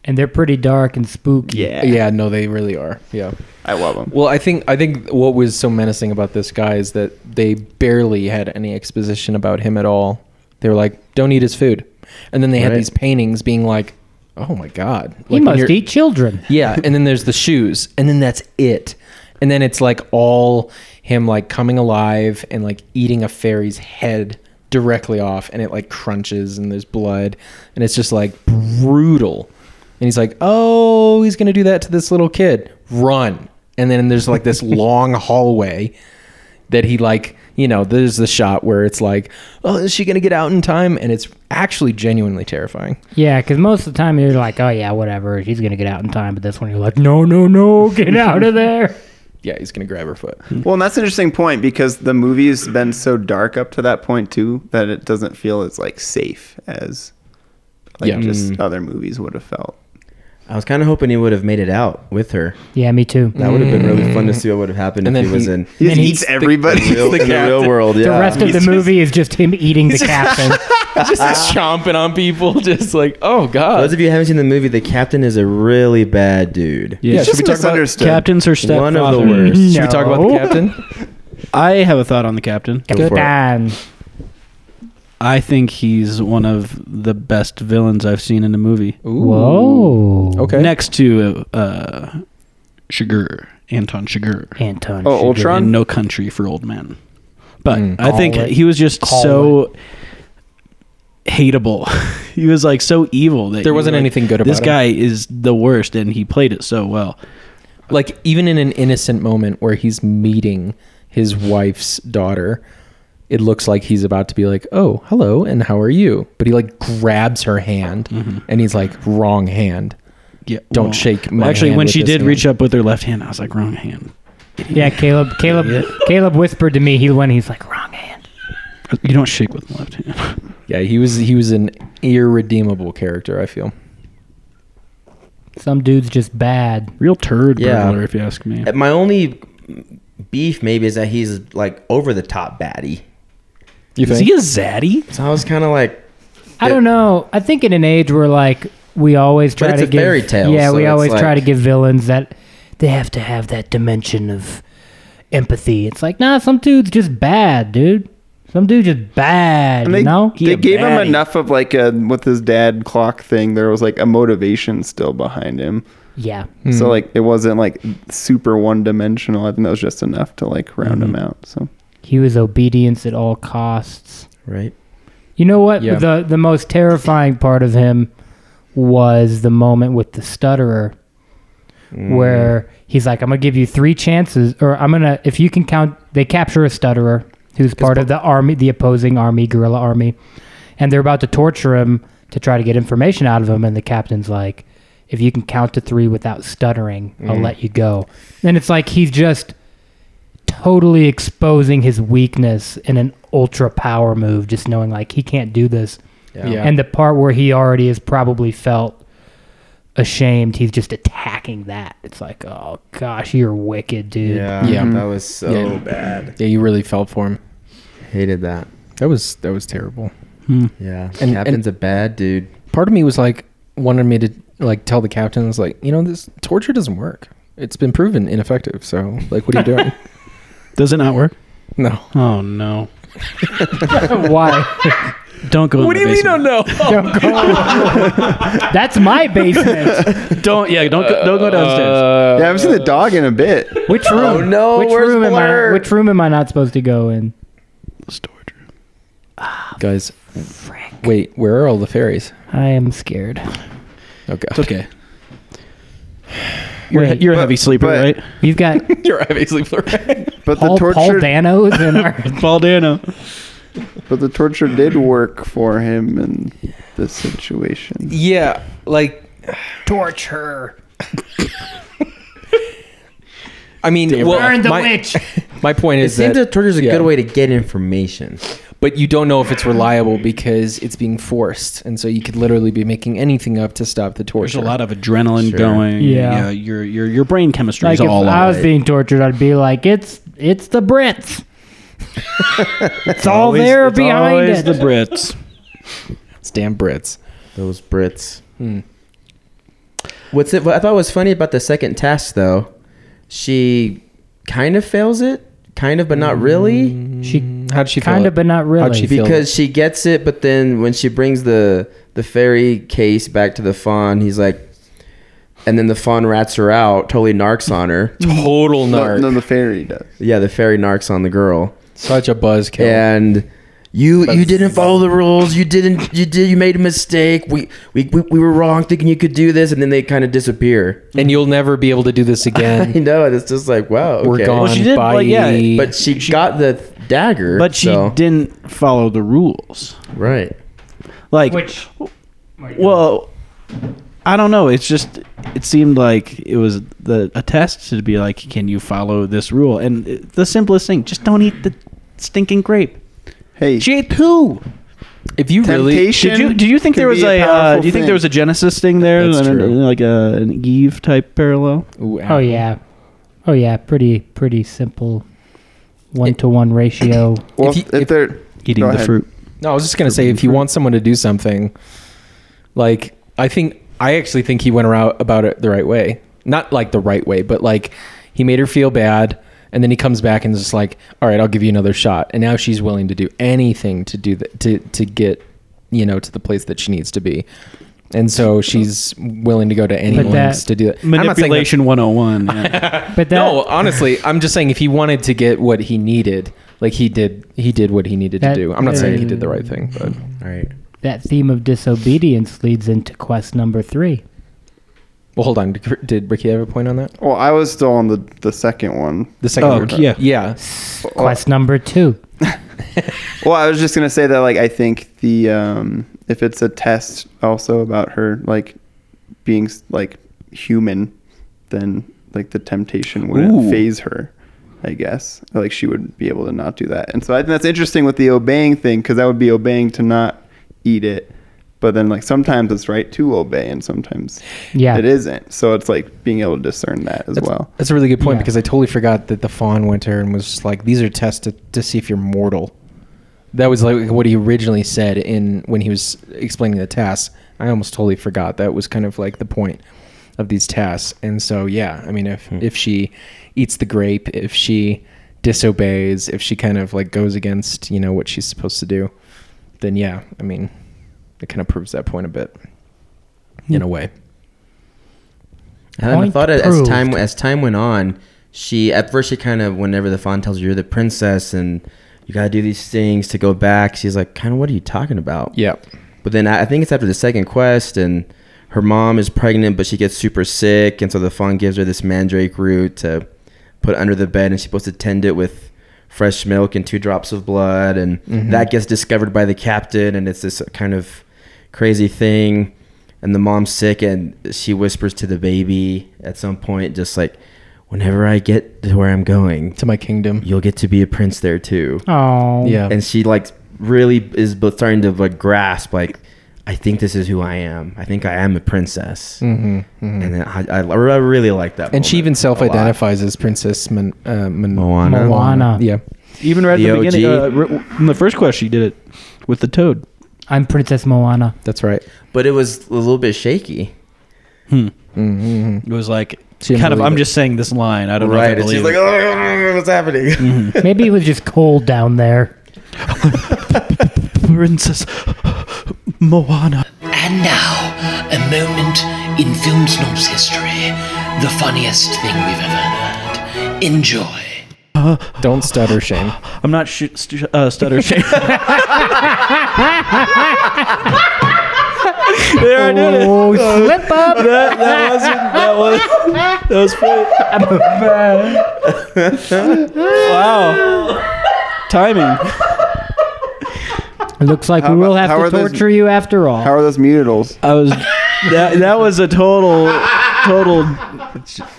Speaker 6: And they're pretty dark and spooky.
Speaker 5: yeah,
Speaker 2: Yeah, no, they really are. Yeah.
Speaker 5: I love him.
Speaker 2: Well, I think I think what was so menacing about this guy is that they barely had any exposition about him at all. They were like, "Don't eat his food," and then they had
Speaker 1: Right.
Speaker 2: these paintings being like, "Oh my god, like
Speaker 6: He
Speaker 2: when
Speaker 6: must
Speaker 2: you're-
Speaker 6: eat children.
Speaker 2: Yeah, and then there's the shoes, and then that's it, and then it's like all him like coming alive and like eating a fairy's head directly off, and it like crunches, and there's blood, and it's just like brutal. And he's like, "Oh, he's gonna do that to this little kid. Run!" And then there's like this long hallway that he like you know there's the shot where it's like oh is she gonna get out in time and it's actually genuinely terrifying
Speaker 6: Yeah, because most of the time you're like, oh yeah, whatever, she's gonna get out in time. But this one you're like, no, no, no, get out of there.
Speaker 2: yeah he's gonna grab her foot
Speaker 5: Well, and that's an interesting point because the movie's been so dark up to that point too that it doesn't feel as like safe as like
Speaker 2: Yeah.
Speaker 5: just
Speaker 1: Mm.
Speaker 5: other movies would have felt.
Speaker 1: I was kind of hoping he would have made it out with her.
Speaker 6: Yeah, me too.
Speaker 1: That would have been really fun to see what would have happened
Speaker 2: Mm. And
Speaker 1: if
Speaker 2: then
Speaker 1: he was
Speaker 2: he- (laughs)
Speaker 1: in.
Speaker 5: He just
Speaker 6: And
Speaker 5: eats
Speaker 6: he's
Speaker 1: (laughs)
Speaker 5: everybody.
Speaker 1: in the
Speaker 5: He's
Speaker 1: real,
Speaker 5: the
Speaker 1: in the
Speaker 5: captain.
Speaker 1: real world,
Speaker 6: the
Speaker 1: yeah.
Speaker 6: rest of the movie is just him eating the captain.
Speaker 2: just chomping on people, (laughs) just like, oh
Speaker 1: For those
Speaker 2: god.
Speaker 1: of you who haven't seen the movie, the captain is a really bad dude.
Speaker 3: Yeah,
Speaker 5: He's (laughs)
Speaker 3: should
Speaker 5: just
Speaker 3: we talk about
Speaker 5: misunderstood.
Speaker 3: captains or
Speaker 1: One
Speaker 3: stepfather?
Speaker 1: of the worst.
Speaker 2: Should we talk about the
Speaker 6: No.
Speaker 2: captain?
Speaker 3: I have a thought on the captain.
Speaker 1: Go for it.
Speaker 6: Captain.
Speaker 3: I think he's one of the best villains I've seen in a movie.
Speaker 6: Whoa.
Speaker 2: Okay.
Speaker 3: Next to uh, Shiger, Anton Shiger,
Speaker 6: Anton.
Speaker 5: Oh,
Speaker 6: Chigurh.
Speaker 5: Ultron?
Speaker 3: in No Country for Old Men. But
Speaker 2: Mm.
Speaker 3: I think
Speaker 6: Call it.
Speaker 3: he was just
Speaker 6: Call
Speaker 3: so hateable. (laughs) he was like so evil that
Speaker 2: There
Speaker 3: you
Speaker 2: wasn't
Speaker 3: were like,
Speaker 2: anything good about
Speaker 3: This
Speaker 2: him."
Speaker 3: guy is the worst, and he played it so well.
Speaker 2: like even in an innocent moment where he's meeting his wife's daughter it looks like he's about to be like oh hello and how are you but he like grabs her hand and he's like wrong hand
Speaker 3: Yeah,
Speaker 2: Don't
Speaker 3: well,
Speaker 2: shake
Speaker 3: well,
Speaker 2: my
Speaker 3: actually,
Speaker 2: hand
Speaker 3: when
Speaker 2: with
Speaker 3: she
Speaker 2: this
Speaker 3: did
Speaker 2: hand.
Speaker 3: reach up with her left hand, I was like, wrong hand.
Speaker 6: Yeah, Caleb. Caleb. Caleb whispered to me. He went. He's like wrong hand.
Speaker 3: You don't shake with the left hand. (laughs)
Speaker 2: yeah he was he was an irredeemable character i feel
Speaker 6: Some dude's just bad.
Speaker 3: Real turd
Speaker 1: Yeah.
Speaker 3: burglar, if you ask me.
Speaker 1: My only beef maybe is that he's like over the top baddie.
Speaker 2: you
Speaker 3: Is he a zaddy?
Speaker 1: So I was kind of like,
Speaker 6: I don't know. I think in an age where like we always try
Speaker 1: it's
Speaker 6: to
Speaker 1: a
Speaker 6: give
Speaker 1: fairy tale,
Speaker 6: Yeah,
Speaker 1: so
Speaker 6: we
Speaker 1: it's
Speaker 6: always try
Speaker 1: like-
Speaker 6: to give villains that they have to have that dimension of empathy. It's like nah, some dude's just bad, dude. Some dude just bad,
Speaker 5: And they,
Speaker 6: you know.
Speaker 5: they
Speaker 3: a
Speaker 5: gave him
Speaker 3: baddie.
Speaker 5: enough of like a with his dad clock thing. There was like a motivation still behind him.
Speaker 6: Yeah,
Speaker 2: Hmm.
Speaker 5: So like it wasn't like super one dimensional. I think that was just enough to like round
Speaker 2: Hmm.
Speaker 5: him out. So
Speaker 6: he was obedience at all costs.
Speaker 1: right?
Speaker 6: You know what?
Speaker 2: Yeah.
Speaker 6: The the most terrifying part of him was the moment with the stutterer where he's like, I'm gonna give you three chances or I'm gonna if you can count they capture a stutterer who's part of the army the opposing army, guerrilla army, and they're about to torture him to try to get information out of him and the captain's like, If you can count to three without stuttering, I'll let you go. And it's like he's just totally exposing his weakness in an ultra power move, just knowing like he can't do this.
Speaker 2: Yeah.
Speaker 6: And the part where he already has probably felt ashamed, he's just attacking that. It's like, oh gosh, you're wicked, dude.
Speaker 2: Yeah. Mm-hmm.
Speaker 1: that was so
Speaker 2: Yeah.
Speaker 1: bad.
Speaker 2: yeah you really felt for him
Speaker 1: Hated that.
Speaker 2: that was that was terrible
Speaker 1: Yeah,
Speaker 2: And-
Speaker 1: Captain's a bad dude.
Speaker 2: part of me was like wanted me to like tell the captain I was like you know this torture doesn't work it's been proven ineffective so like what are you doing
Speaker 3: Does it not work?
Speaker 2: no
Speaker 3: Oh, no.
Speaker 6: (laughs) Why?
Speaker 3: Don't go in the basement.
Speaker 2: know
Speaker 6: Don't go. That's my basement.
Speaker 3: (laughs) Don't, yeah, don't go, don't go downstairs.
Speaker 2: Uh,
Speaker 5: yeah, I haven't seen the dog in a bit.
Speaker 6: Which room?
Speaker 1: Oh, no,
Speaker 6: Which
Speaker 1: where's
Speaker 6: room am I?
Speaker 1: Blur?
Speaker 6: Which room am I not supposed to go in?
Speaker 3: Storage room.
Speaker 2: guys wait where are all the fairies
Speaker 6: I am scared.
Speaker 2: oh god
Speaker 3: It's okay. You're, a-
Speaker 6: Wait.
Speaker 3: you're a
Speaker 5: But-
Speaker 3: heavy sleeper,
Speaker 5: but-
Speaker 3: right?
Speaker 6: You've got
Speaker 2: you're obviously (laughs) fluoride
Speaker 5: But
Speaker 6: Paul,
Speaker 5: the torture
Speaker 6: Paul Dano's in our
Speaker 3: Paul Dano.
Speaker 5: but the torture did work for him in this situation.
Speaker 2: yeah like
Speaker 6: torture.
Speaker 2: I mean well,
Speaker 6: Burn the
Speaker 2: my,
Speaker 6: witch.
Speaker 2: my point
Speaker 1: It
Speaker 2: is
Speaker 1: seems
Speaker 2: that
Speaker 1: that torture's a
Speaker 2: yeah.
Speaker 1: good way to get information.
Speaker 2: but you don't know if it's reliable because it's being forced and so you could literally be making anything up to stop the
Speaker 3: There's
Speaker 2: torture
Speaker 3: a lot of adrenaline
Speaker 1: Sure.
Speaker 3: going.
Speaker 6: Yeah.
Speaker 3: your, your, your brain chemistry
Speaker 6: Like
Speaker 3: is
Speaker 6: if
Speaker 3: all
Speaker 6: I
Speaker 3: out.
Speaker 6: was being tortured, I'd be like, it's it's the Brits. it's all there behind
Speaker 3: always
Speaker 6: it.
Speaker 3: the Brits.
Speaker 2: it's damn Brits Hmm.
Speaker 1: Those Brits. What's it? What I thought was funny about the second task though, she kind of fails it, kind of, but not really.
Speaker 2: Mm.
Speaker 6: she
Speaker 2: how'd she feel
Speaker 6: kind
Speaker 2: it?
Speaker 6: of, but not really.
Speaker 2: she feel?
Speaker 1: because she gets it but then when she brings the the fairy case back to the fawn he's like and then the fawn rats her out totally narcs on her
Speaker 2: total
Speaker 5: No,
Speaker 2: narc
Speaker 5: no, the fairy does.
Speaker 1: yeah the fairy narcs on the girl
Speaker 2: such a buzzkill
Speaker 1: and you you didn't follow the rules you didn't you did you made a mistake we we, we, we were wrong thinking you could do this and then they kind of disappear (laughs)
Speaker 2: and you'll never be able to do this again.
Speaker 1: you know and it's just like wow
Speaker 2: Mm. We're
Speaker 1: okay.
Speaker 2: gone.
Speaker 3: she did,
Speaker 2: Bye.
Speaker 3: like, yeah,
Speaker 1: but she, got the dagger
Speaker 3: But she
Speaker 1: so-
Speaker 3: didn't follow the rules.
Speaker 1: right
Speaker 3: Like,
Speaker 6: Which
Speaker 3: Well, I don't know. It's just it seemed like it was the a test to be like, can you follow this rule? And it- the simplest thing, just don't eat the stinking grape.
Speaker 5: Hey,
Speaker 3: She ate two.
Speaker 2: if you really,
Speaker 5: temptation.
Speaker 3: Did you do you think
Speaker 5: can
Speaker 3: there was
Speaker 5: be
Speaker 3: a, uh,
Speaker 5: powerful
Speaker 3: do you think
Speaker 5: thing.
Speaker 3: there was a Genesis thing there,
Speaker 2: That's
Speaker 3: and,
Speaker 2: true.
Speaker 3: and like a, an Eve type parallel?
Speaker 2: Ooh,
Speaker 6: oh
Speaker 2: ow.
Speaker 6: yeah, oh yeah, pretty pretty simple one to one ratio.
Speaker 5: Well,
Speaker 2: if
Speaker 5: if,
Speaker 2: you- if-
Speaker 5: they're
Speaker 3: Eating
Speaker 5: Go
Speaker 3: the
Speaker 5: ahead.
Speaker 3: fruit.
Speaker 2: No, I was just gonna say, if you want someone to do something, like I think I actually think he went around about it the right way. Not like the right way, but like he made her feel bad, and then he comes back and is just like, "All right, I'll give you another shot." And now she's willing to do anything to do that to to get you know to the place that she needs to be. And so she's willing to go to any
Speaker 6: But that-
Speaker 2: lengths to do that. I'm not saying that-
Speaker 3: Manipulation 101. yeah.
Speaker 6: But that
Speaker 2: no, honestly, I'm just saying if he wanted to get what he needed, like he did, he did what he needed
Speaker 6: That-
Speaker 2: to do. I'm not saying he did the right thing, but
Speaker 1: all right
Speaker 6: that theme of disobedience leads into quest number three.
Speaker 2: Well, hold on. Did, did Ricky have a point on that?
Speaker 5: Well, I was still on the the second one.
Speaker 2: The second
Speaker 3: Oh,
Speaker 2: one.
Speaker 3: yeah.
Speaker 2: Yeah.
Speaker 6: Quest number two.
Speaker 5: Well, I was just gonna say that like I think the um if it's a test also about her like being like human, then like the temptation wouldn't
Speaker 3: Ooh.
Speaker 5: phase her. I guess like she would be able to not do that, and so I think that's interesting with the obeying thing because that would be obeying to not eat it, but then like sometimes it's right to obey and sometimes
Speaker 6: Yeah.
Speaker 5: it isn't. So it's like being able to discern that as
Speaker 2: That's,
Speaker 5: well.
Speaker 2: that's a really good point
Speaker 6: Yeah.
Speaker 2: because I totally forgot that the fawn went to her and was just like, "These are tests to, to see if you're mortal." That was like what he originally said in when he was explaining the tasks. I almost totally forgot that was kind of like the point of these tasks. And so, yeah, I mean, if if she eats the grape, if she disobeys, if she kind of like goes against you know what she's supposed to do, then yeah, I mean, it kind of proves that point a bit in a way.
Speaker 1: And I
Speaker 6: Point
Speaker 1: thought it- as
Speaker 6: proved.
Speaker 1: time as time went on, she at first she kind of whenever the Fawn tells her you're the princess and you gotta do these things to go back, she's like, kind of what are you talking about?
Speaker 2: Yeah.
Speaker 1: But then I I think it's after the second quest and her mom is pregnant, but she gets super sick, and so the Fawn gives her this mandrake root to put under the bed, and she's supposed to tend it with fresh milk and two drops of blood, and
Speaker 2: Mhm.
Speaker 1: that gets discovered by the captain, and it's this kind of crazy thing and the mom's sick and she whispers to the baby at some point just like whenever i get to where i'm going
Speaker 2: To my kingdom.
Speaker 1: you'll get to be a prince there too
Speaker 6: Oh.
Speaker 2: Yeah.
Speaker 1: and she like really is bo- starting to like grasp like i think this is who i am i think i am a princess
Speaker 2: Mhm, mhm.
Speaker 1: and then I, I, I really like that
Speaker 2: And she
Speaker 1: moment
Speaker 2: even
Speaker 1: a lot.
Speaker 2: self-identifies as Princess Mon- uh, Mon-
Speaker 1: Moana.
Speaker 6: Moana.
Speaker 2: Yeah,
Speaker 3: Even right
Speaker 1: The
Speaker 3: at the beginning,
Speaker 1: OG.
Speaker 3: uh, ri- in the first quest, she did it with the toad.
Speaker 6: I'm Princess Moana.
Speaker 2: that's right.
Speaker 1: but it was a little bit shaky
Speaker 3: Hmm.
Speaker 2: Mm-hmm.
Speaker 3: It was like
Speaker 2: She didn't
Speaker 3: kind of.
Speaker 2: believe
Speaker 3: I'm
Speaker 2: it.
Speaker 3: just saying this line. I don't know.
Speaker 1: right
Speaker 3: If I
Speaker 1: and she's
Speaker 3: believe
Speaker 1: like
Speaker 3: it.
Speaker 1: "Oh, what's
Speaker 2: (laughs)
Speaker 1: happening
Speaker 2: Mm-hmm.
Speaker 6: Maybe it was just cold down there.
Speaker 3: Princess (sighs) Moana.
Speaker 7: And now, a moment in Film Snob's history. The funniest thing we've ever heard. Enjoy.
Speaker 2: Don't stutter, Shane.
Speaker 3: I'm not sh- st- uh, stutter shape. there I did it.
Speaker 6: Oh, slip up.
Speaker 3: That, that wasn't. That was. That was pretty. (laughs) wow. Timing.
Speaker 6: It looks like
Speaker 5: How
Speaker 6: we will have
Speaker 5: about- how
Speaker 6: to
Speaker 5: are those-
Speaker 6: torture you after all.
Speaker 5: How are those mutals?
Speaker 3: I was. That that was a total total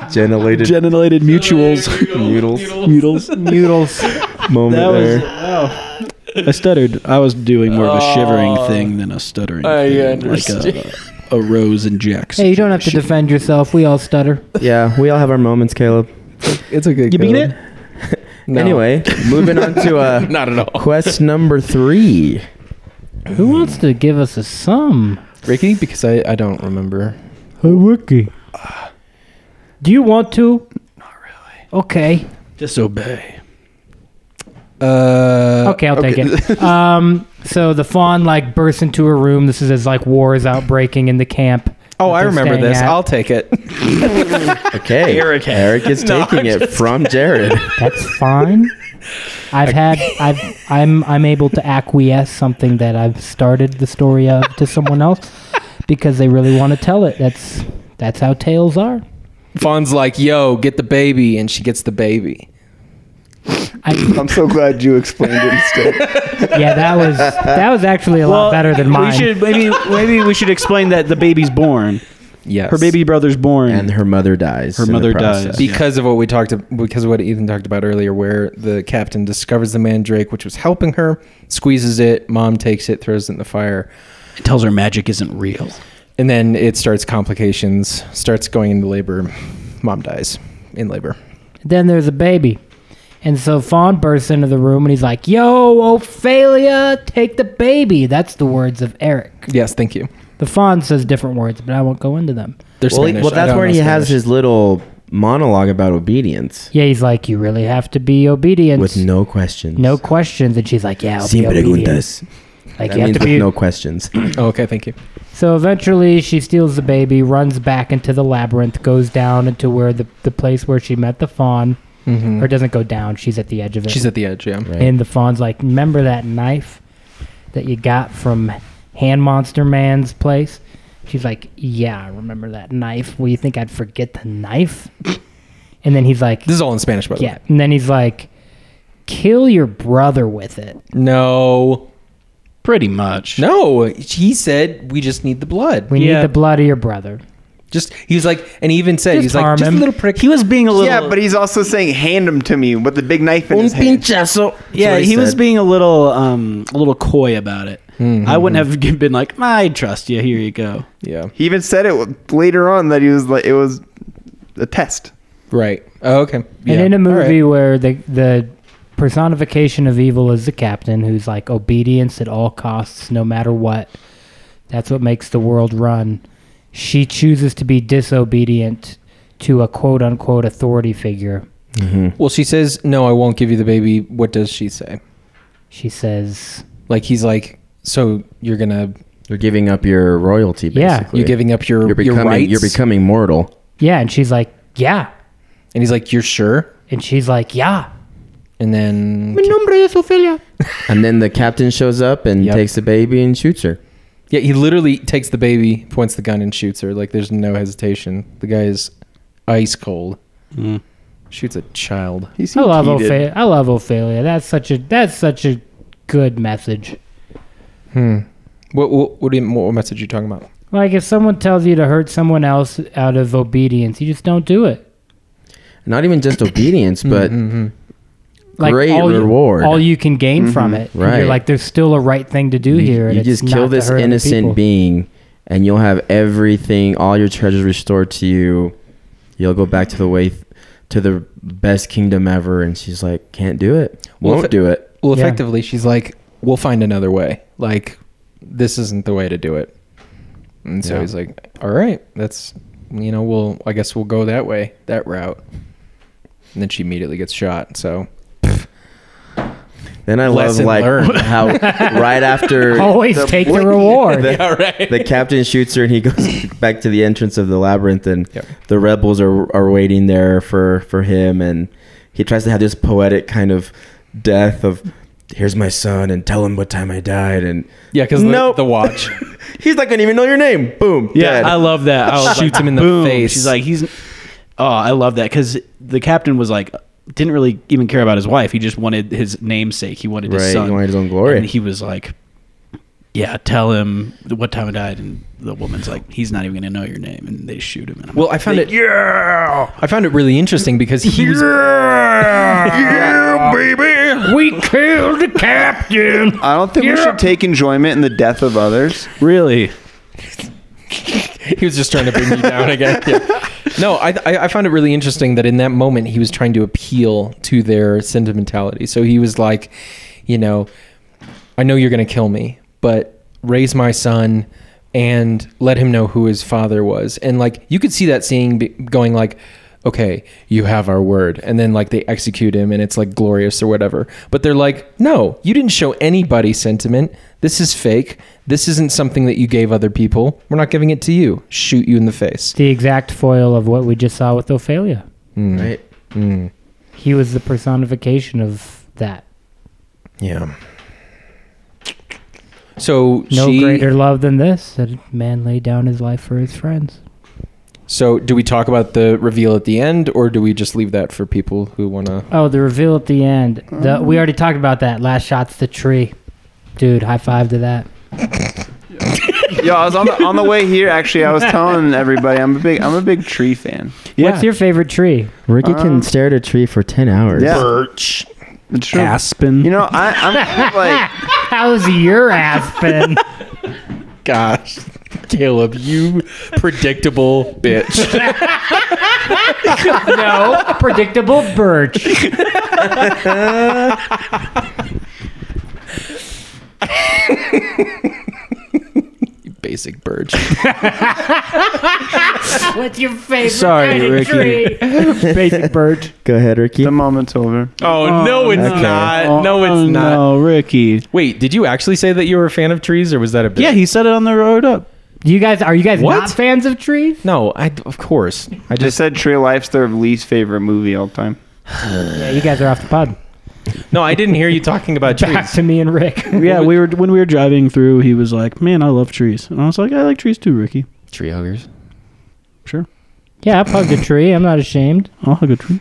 Speaker 1: generated
Speaker 3: genitalated mutuals
Speaker 1: noodles
Speaker 3: (laughs) mutals.
Speaker 6: Noodles.
Speaker 1: moment
Speaker 3: That was.
Speaker 1: there
Speaker 3: Wow. I stuttered. I was doing more of a shivering thing than a stuttering. Oh. I thing, Like uh, a, a rose and Jackson.
Speaker 6: Hey, you don't have to defend yourself. We all stutter.
Speaker 1: yeah we all have our moments caleb
Speaker 2: It's a good.
Speaker 3: You beat it.
Speaker 2: No.
Speaker 1: Anyway, moving on to uh,
Speaker 2: (laughs) Not at all.
Speaker 1: quest number three.
Speaker 6: Who wants to give us a sum?
Speaker 2: Ricky, because I, I don't remember.
Speaker 6: Hey, Ricky. Do you want to? Not really. Okay.
Speaker 3: Disobey.
Speaker 2: Uh,
Speaker 6: Okay, I'll take
Speaker 5: okay.
Speaker 2: (laughs)
Speaker 6: it. Um, so the fawn like bursts into her room. This is as like war is outbreaking in the camp.
Speaker 2: Oh,
Speaker 6: that
Speaker 2: I
Speaker 6: they're
Speaker 2: remember
Speaker 6: staying
Speaker 2: this.
Speaker 6: at.
Speaker 2: I'll take (laughs) it. (laughs)
Speaker 1: Okay, Eric, Eric is taking it from Jared.
Speaker 6: That's fine. I've had I've I'm I'm able to acquiesce something that I've started the story of to someone else because they really want to tell it. That's that's how tales are.
Speaker 2: Fawn's like, "Yo, get the baby," and she gets the baby.
Speaker 6: I,
Speaker 5: I'm so glad you explained it (laughs) instead.
Speaker 6: yeah, that was that was actually a lot better than mine.
Speaker 3: We should maybe maybe we should explain that the baby's born.
Speaker 2: Yes,
Speaker 3: Her baby brother's born.
Speaker 1: And her mother dies.
Speaker 3: Her
Speaker 1: in the
Speaker 3: mother
Speaker 1: process.
Speaker 3: dies.
Speaker 2: because of what we talked ab- because of what Ethan talked about earlier, where the captain discovers the mandrake, which was helping her, squeezes it. Mom takes it, throws it in the fire.
Speaker 3: It tells her magic isn't real.
Speaker 2: And then it starts complications, starts going into labor. Mom dies in labor.
Speaker 6: Then there's a baby. And so Fawn bursts into the room and he's like, Yo, Ophelia, take the baby. That's the words of Eric.
Speaker 2: Yes, thank you.
Speaker 6: The Fawn says different words, but I won't go into them.
Speaker 2: They're
Speaker 1: Well, he-
Speaker 2: Spanish.
Speaker 1: well,
Speaker 2: I
Speaker 1: that's
Speaker 2: don't
Speaker 1: where
Speaker 2: know
Speaker 1: he has
Speaker 2: Spanish.
Speaker 1: his little monologue about obedience
Speaker 6: Yeah, he's like, You really have to be obedient.
Speaker 1: with no questions.
Speaker 6: no questions. And she's like, Yeah, I'll
Speaker 1: Sin
Speaker 6: be obedient.
Speaker 1: preguntas.
Speaker 6: Like,
Speaker 1: That
Speaker 6: you have
Speaker 1: means
Speaker 6: to
Speaker 1: with
Speaker 6: be. (clears throat)
Speaker 1: no questions.
Speaker 2: Oh, okay, thank you.
Speaker 6: So eventually she steals the baby, runs back into the labyrinth, goes down into where the, the place where she met the Fawn,
Speaker 2: Mhm.
Speaker 6: or doesn't go down. She's at the edge of it.
Speaker 2: She's at the edge. Yeah.
Speaker 1: Right.
Speaker 6: And the fawn's like, remember that knife that you got from Hand Monster Man's place? She's like, "Yeah, I remember that knife. Well, you think I'd forget the knife?" And then he's like,
Speaker 2: This is all in Spanish, by the
Speaker 6: "Yeah."
Speaker 2: way.
Speaker 6: And then he's like, "Kill your brother with it."
Speaker 2: No,
Speaker 3: Pretty much.
Speaker 2: no. He said we just need the blood.
Speaker 6: We
Speaker 3: Yeah.
Speaker 6: need the blood of your brother.
Speaker 2: Just he was like, and he even said
Speaker 6: Just
Speaker 2: he's like
Speaker 6: harm
Speaker 2: just
Speaker 6: him.
Speaker 2: a little prick.
Speaker 1: He was being a little.
Speaker 5: yeah, but he's also saying, "Hand him to me" with the big knife in
Speaker 1: un
Speaker 5: his hand.
Speaker 1: pinchazo. That's
Speaker 3: Yeah,
Speaker 1: what
Speaker 3: he was
Speaker 1: said.
Speaker 3: being a little um a little coy about it. I wouldn't have (laughs) g- been like, I trust you. Here you go.
Speaker 2: Yeah,
Speaker 5: He even said it later on that he was like, it was a test.
Speaker 2: right. Oh, okay.
Speaker 6: And in a
Speaker 2: All right.
Speaker 6: movie where the the personification of evil is the captain, who's like obedience at all costs, no matter what. That's what makes the world run. She chooses to be disobedient to a quote unquote authority figure.
Speaker 2: Well, she says, "No, I won't give you the baby." What does she say?
Speaker 6: She says,
Speaker 2: Like he's like, "So you're gonna
Speaker 1: You're giving up your royalty.
Speaker 6: Yeah.
Speaker 1: Basically.
Speaker 2: you're giving up your
Speaker 1: You're becoming.
Speaker 2: your rights?"
Speaker 1: You're becoming mortal.
Speaker 6: "Yeah," and she's like, "Yeah,"
Speaker 2: and he's like, "You're sure?"
Speaker 6: and she's like, "Yeah."
Speaker 2: And then
Speaker 1: And then the captain shows up and
Speaker 2: Yep.
Speaker 1: takes the baby and shoots her.
Speaker 2: yeah, he literally takes the baby, points the gun, and shoots her. Like there's no hesitation. The guy is ice cold. Shoots a child.
Speaker 5: He
Speaker 6: I
Speaker 5: seemed
Speaker 6: love
Speaker 5: heated.
Speaker 6: Ophelia. I love Ophelia. That's such a that's such a good message.
Speaker 2: What what what, do you, what message are you talking about?
Speaker 6: Like if someone tells you to hurt someone else out of obedience, you just don't do it.
Speaker 1: Not even
Speaker 2: (clears throat)
Speaker 1: just obedience, but
Speaker 2: Mm-hmm.
Speaker 6: like
Speaker 1: Great
Speaker 6: all you-
Speaker 1: reward. Mm-hmm.
Speaker 6: all you can gain from it. And
Speaker 1: Right.
Speaker 6: You're like, there's still a right thing to do here.
Speaker 1: you,
Speaker 6: and
Speaker 1: you
Speaker 6: it's
Speaker 1: just
Speaker 6: not
Speaker 1: kill
Speaker 6: to
Speaker 1: this
Speaker 6: hurt other people.
Speaker 1: innocent being, and you'll have everything, all your treasures restored to you. You'll go back to the way, to the best kingdom ever. And she's like, can't do it.
Speaker 2: Well,
Speaker 1: Won't
Speaker 2: if it-
Speaker 1: do it.
Speaker 2: Well,
Speaker 6: Yeah.
Speaker 2: effectively, she's like, "We'll find another way. Like this isn't the way to do it." And so
Speaker 1: Yeah.
Speaker 2: he's like, "All right, that's you know, we'll I guess we'll go that way, that route." And then she immediately gets shot. So
Speaker 1: Then I
Speaker 2: Lesson
Speaker 1: love like (laughs)
Speaker 2: learned.
Speaker 1: how right (laughs) after
Speaker 6: Always take the reward.
Speaker 1: the,
Speaker 2: right.
Speaker 1: the captain shoots her and he goes (laughs) back to the entrance of the labyrinth and
Speaker 2: Yep.
Speaker 1: the rebels are are waiting there for for him and he tries to have this poetic kind of death of here's my son and tell him what time I died and
Speaker 2: yeah, because
Speaker 1: Nope.
Speaker 2: the, the watch.
Speaker 1: he's not gonna even know your name boom
Speaker 3: Yeah,
Speaker 1: dead.
Speaker 3: I love that. I was
Speaker 2: Shoots
Speaker 3: like,
Speaker 2: him in the
Speaker 3: boom.
Speaker 2: face.
Speaker 3: She's like, he's. Oh, I love that because the captain was like, didn't really even care about his wife. He just wanted his namesake. He wanted
Speaker 1: Right,
Speaker 3: his
Speaker 1: he
Speaker 3: son.
Speaker 1: wanted his own glory.
Speaker 3: And he was like, yeah, tell him what time I died. And the woman's like, he's not even going to know your name. And they shoot him. And I'm
Speaker 2: Well,
Speaker 3: like,
Speaker 2: I found it. Yeah, I found it really interesting because he was.
Speaker 6: We killed the captain.
Speaker 5: I don't think we should take enjoyment in the death of others.
Speaker 3: really?
Speaker 2: he was just trying to bring you down again. Yeah. No, I, I I found it really interesting that in that moment he was trying to appeal to their sentimentality. So he was like, you know, I know you're going to kill me, but raise my son and let him know who his father was. And like you could see that scene be- going like, okay, you have our word. And then like they execute him and it's like glorious or whatever. But they're like, no, you didn't show anybody sentiment. This is fake. This isn't something that you gave other people. We're not giving it to you. Shoot you in the face. Mm,
Speaker 6: The exact foil of what we just saw with Ophelia.
Speaker 1: right
Speaker 6: He was the personification of that.
Speaker 2: Yeah. So
Speaker 6: No
Speaker 2: she.
Speaker 6: greater love than this that a man laid down his life for his friends.
Speaker 2: So do we talk about the reveal at the end, or do we just leave that for people who want to?
Speaker 6: Oh, the reveal at the end.
Speaker 1: Mm-hmm.
Speaker 6: The, we already talked about that. Last shot's the tree. Dude, high five to that.
Speaker 5: Yo, I was on the on the way here. Actually, I was telling everybody I'm a big I'm a big tree fan.
Speaker 6: What's your favorite tree?
Speaker 1: Ricky can stare at a tree for 10 hours
Speaker 5: Yeah, birch. It's true.
Speaker 3: Aspen.
Speaker 5: You know, I, I'm (laughs) kind of like
Speaker 6: How's your aspen?
Speaker 2: Gosh, Caleb, you predictable (laughs) bitch.
Speaker 6: (laughs) no, predictable birch.
Speaker 2: Basic (laughs) bird.
Speaker 6: (laughs) What's your favorite
Speaker 3: Sorry,
Speaker 6: kind of
Speaker 3: Ricky.
Speaker 6: tree? Basic bird.
Speaker 1: go ahead Ricky
Speaker 5: the moment's over.
Speaker 2: (laughs) Oh, no, it's
Speaker 1: okay.
Speaker 2: not.
Speaker 3: Oh,
Speaker 2: No, it's
Speaker 3: oh,
Speaker 2: not.
Speaker 3: No, Ricky.
Speaker 2: Wait, did you actually say that you were a fan of trees, or was that a bit?
Speaker 3: Yeah, he said it on the road up.
Speaker 6: You guys are you guys
Speaker 2: What?
Speaker 6: not fans of trees?
Speaker 2: No, I of course. I
Speaker 5: They
Speaker 2: just
Speaker 5: said Tree of Life's their least favorite movie all time.
Speaker 6: Yeah, you guys are off the pod.
Speaker 2: no, I didn't hear you talking
Speaker 3: (laughs)
Speaker 2: about
Speaker 6: Back
Speaker 2: trees.
Speaker 6: to me and Rick.
Speaker 3: Yeah, we were when we were driving through. He was like, "Man, I love trees," and I was like, "I like trees too, Ricky."
Speaker 1: tree huggers.
Speaker 3: Sure.
Speaker 6: (laughs) Yeah, I've hugged a tree. I'm not ashamed.
Speaker 3: I'll hug a tree.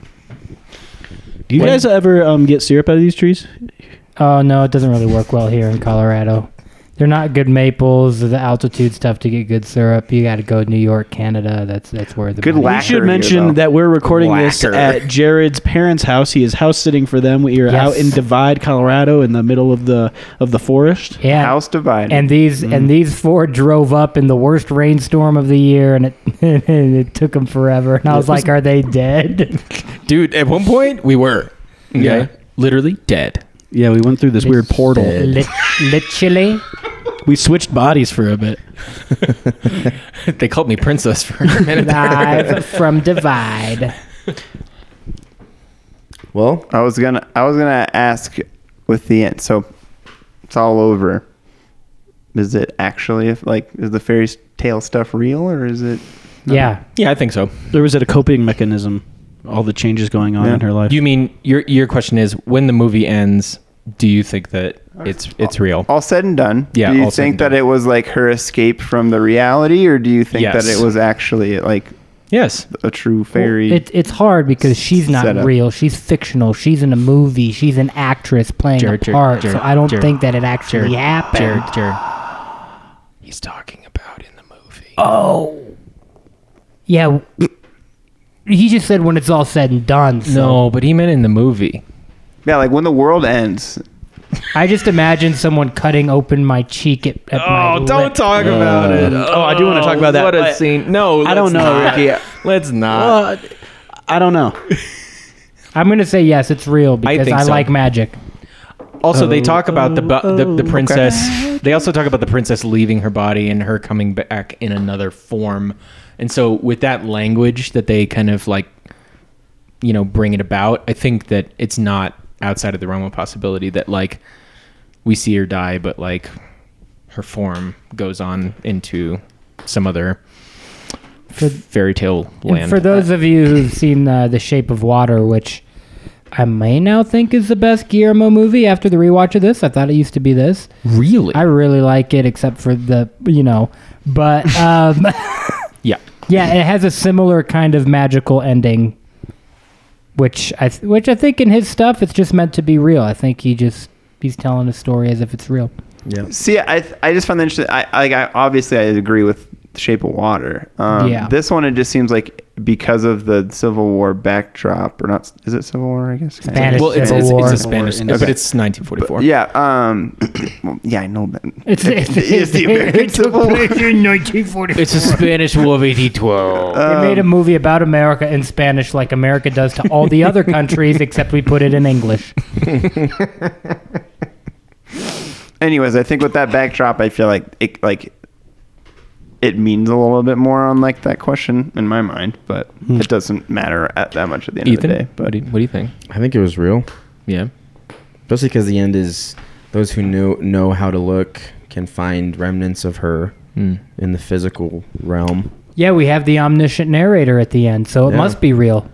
Speaker 3: Do you
Speaker 6: When-
Speaker 3: guys ever um, get syrup out of these trees?
Speaker 6: Oh no, it doesn't really work well here in Colorado. They're not good maples. The altitude's tough to get good syrup. You got to go to New York, Canada. That's that's where the
Speaker 5: Good
Speaker 6: money-
Speaker 5: lack-
Speaker 3: We should
Speaker 5: Lacquer
Speaker 3: mention
Speaker 5: here, though.
Speaker 3: that we're recording this
Speaker 5: Lacquer.
Speaker 3: at Jared's parents' house. He is house sitting for them. We are
Speaker 6: Yes.
Speaker 3: out in Divide, Colorado, in the middle of the of the forest.
Speaker 6: Yeah.
Speaker 5: House divided.
Speaker 6: and these and these four drove up in the worst rainstorm of the year, and it (laughs) and it took them forever. And I was like, "Are they dead?"
Speaker 2: Dude, at one point we were.
Speaker 3: Yeah.
Speaker 2: Literally dead.
Speaker 3: Yeah, we went through this weird portal.
Speaker 6: Lit- Literally,
Speaker 3: We switched bodies for a bit.
Speaker 2: (laughs) they called me princess for (laughs) a minute.
Speaker 6: live from Divide.
Speaker 1: Well,
Speaker 5: I was gonna I was gonna ask with the end. So it's all over. Is it actually if like is the fairy tale stuff real or is it?
Speaker 6: Yeah,
Speaker 2: (laughs) yeah, I think so.
Speaker 3: There was a coping mechanism, all the changes going on
Speaker 5: Yeah.
Speaker 3: in her life.
Speaker 2: You mean your your question is when the movie ends, do you think that it's it's real?
Speaker 5: All said and done.
Speaker 2: Yeah,
Speaker 5: Do you
Speaker 2: all said
Speaker 5: think
Speaker 2: and
Speaker 5: that
Speaker 2: done.
Speaker 5: it was like her escape from the reality, or do you think that
Speaker 2: Yes.
Speaker 5: it was actually like
Speaker 2: Yes.
Speaker 5: a true fairy?
Speaker 6: Well, it, it's hard because she's not
Speaker 5: setup.
Speaker 6: real. She's fictional. She's in a movie. She's an actress playing
Speaker 2: Jared,
Speaker 6: a
Speaker 2: Jared,
Speaker 6: part.
Speaker 2: Jared,
Speaker 6: so I don't
Speaker 2: Jared,
Speaker 6: think that it actually happened.
Speaker 2: He's talking about in the movie.
Speaker 6: Yeah. w- He just said when it's all said and done. So
Speaker 2: No, but he meant in the movie.
Speaker 5: yeah, like when the world ends.
Speaker 6: I just imagine someone cutting open my cheek at, at my
Speaker 2: Oh,
Speaker 6: lip.
Speaker 2: talk about it. Oh,
Speaker 3: I do wanna talk about that,
Speaker 2: What a
Speaker 3: but-
Speaker 2: scene. No,
Speaker 3: I don't
Speaker 2: let's
Speaker 3: know.
Speaker 2: not. Let's not.
Speaker 3: Uh, I don't know.
Speaker 6: I'm gonna say yes, it's real because
Speaker 2: think
Speaker 6: I,
Speaker 2: so.
Speaker 6: like magic.
Speaker 2: Also, they talk about the, bu- the the princess. They also talk about the princess leaving her body and her coming back in another form. And so, with that language that they kind of like, you know, bring it about, I think that it's not outside of the realm of possibility that like we see her die, but like her form goes on into some other
Speaker 6: For-
Speaker 2: fairy tale
Speaker 6: And
Speaker 2: land.
Speaker 6: for those of you who've seen uh, The Shape of Water, which I may now think is the best Guillermo movie after the rewatch of this, I thought it used to be this.
Speaker 2: really,
Speaker 6: I really like it, except for the you know, but um,
Speaker 2: yeah,
Speaker 6: yeah, it has a similar kind of magical ending, which I th- which I think in his stuff it's just meant to be real. I think he just he's telling a story as if it's real.
Speaker 5: See, I I just found that interesting. I like I obviously I agree with the Shape of Water. Um,
Speaker 6: Yeah.
Speaker 5: This one it just seems like because of the Civil War backdrop, or not? Is it Civil War? I guess.
Speaker 6: Spanish
Speaker 2: well, it's,
Speaker 6: Civil
Speaker 2: it's,
Speaker 6: War.
Speaker 2: it's a Spanish,
Speaker 3: Civil War.
Speaker 2: but it's 1944.
Speaker 5: Yeah. Um. (coughs) well, yeah, I know that.
Speaker 6: (laughs) It's
Speaker 5: (laughs)
Speaker 6: it's,
Speaker 5: It's
Speaker 6: (laughs)
Speaker 5: the American Civil War. (laughs)
Speaker 2: It's a Spanish War of 1812.
Speaker 6: They made a
Speaker 5: Um,
Speaker 6: movie about America in Spanish, like America does to all the other countries, except we put it in English.
Speaker 5: (laughs) Anyways, I think with that backdrop, I feel like it like it means a little bit more on like that question in my mind, but it doesn't matter at that much at the end
Speaker 2: Hmm. Ethan,
Speaker 5: of the day.
Speaker 2: what,
Speaker 5: But
Speaker 2: do you, what do you think?
Speaker 1: I think it was real,
Speaker 2: Yeah.
Speaker 1: especially because the end is those who know know how to look can find remnants of her in the physical realm.
Speaker 6: Yeah, we have the omniscient narrator at the end, so it
Speaker 1: Yeah.
Speaker 6: must be real.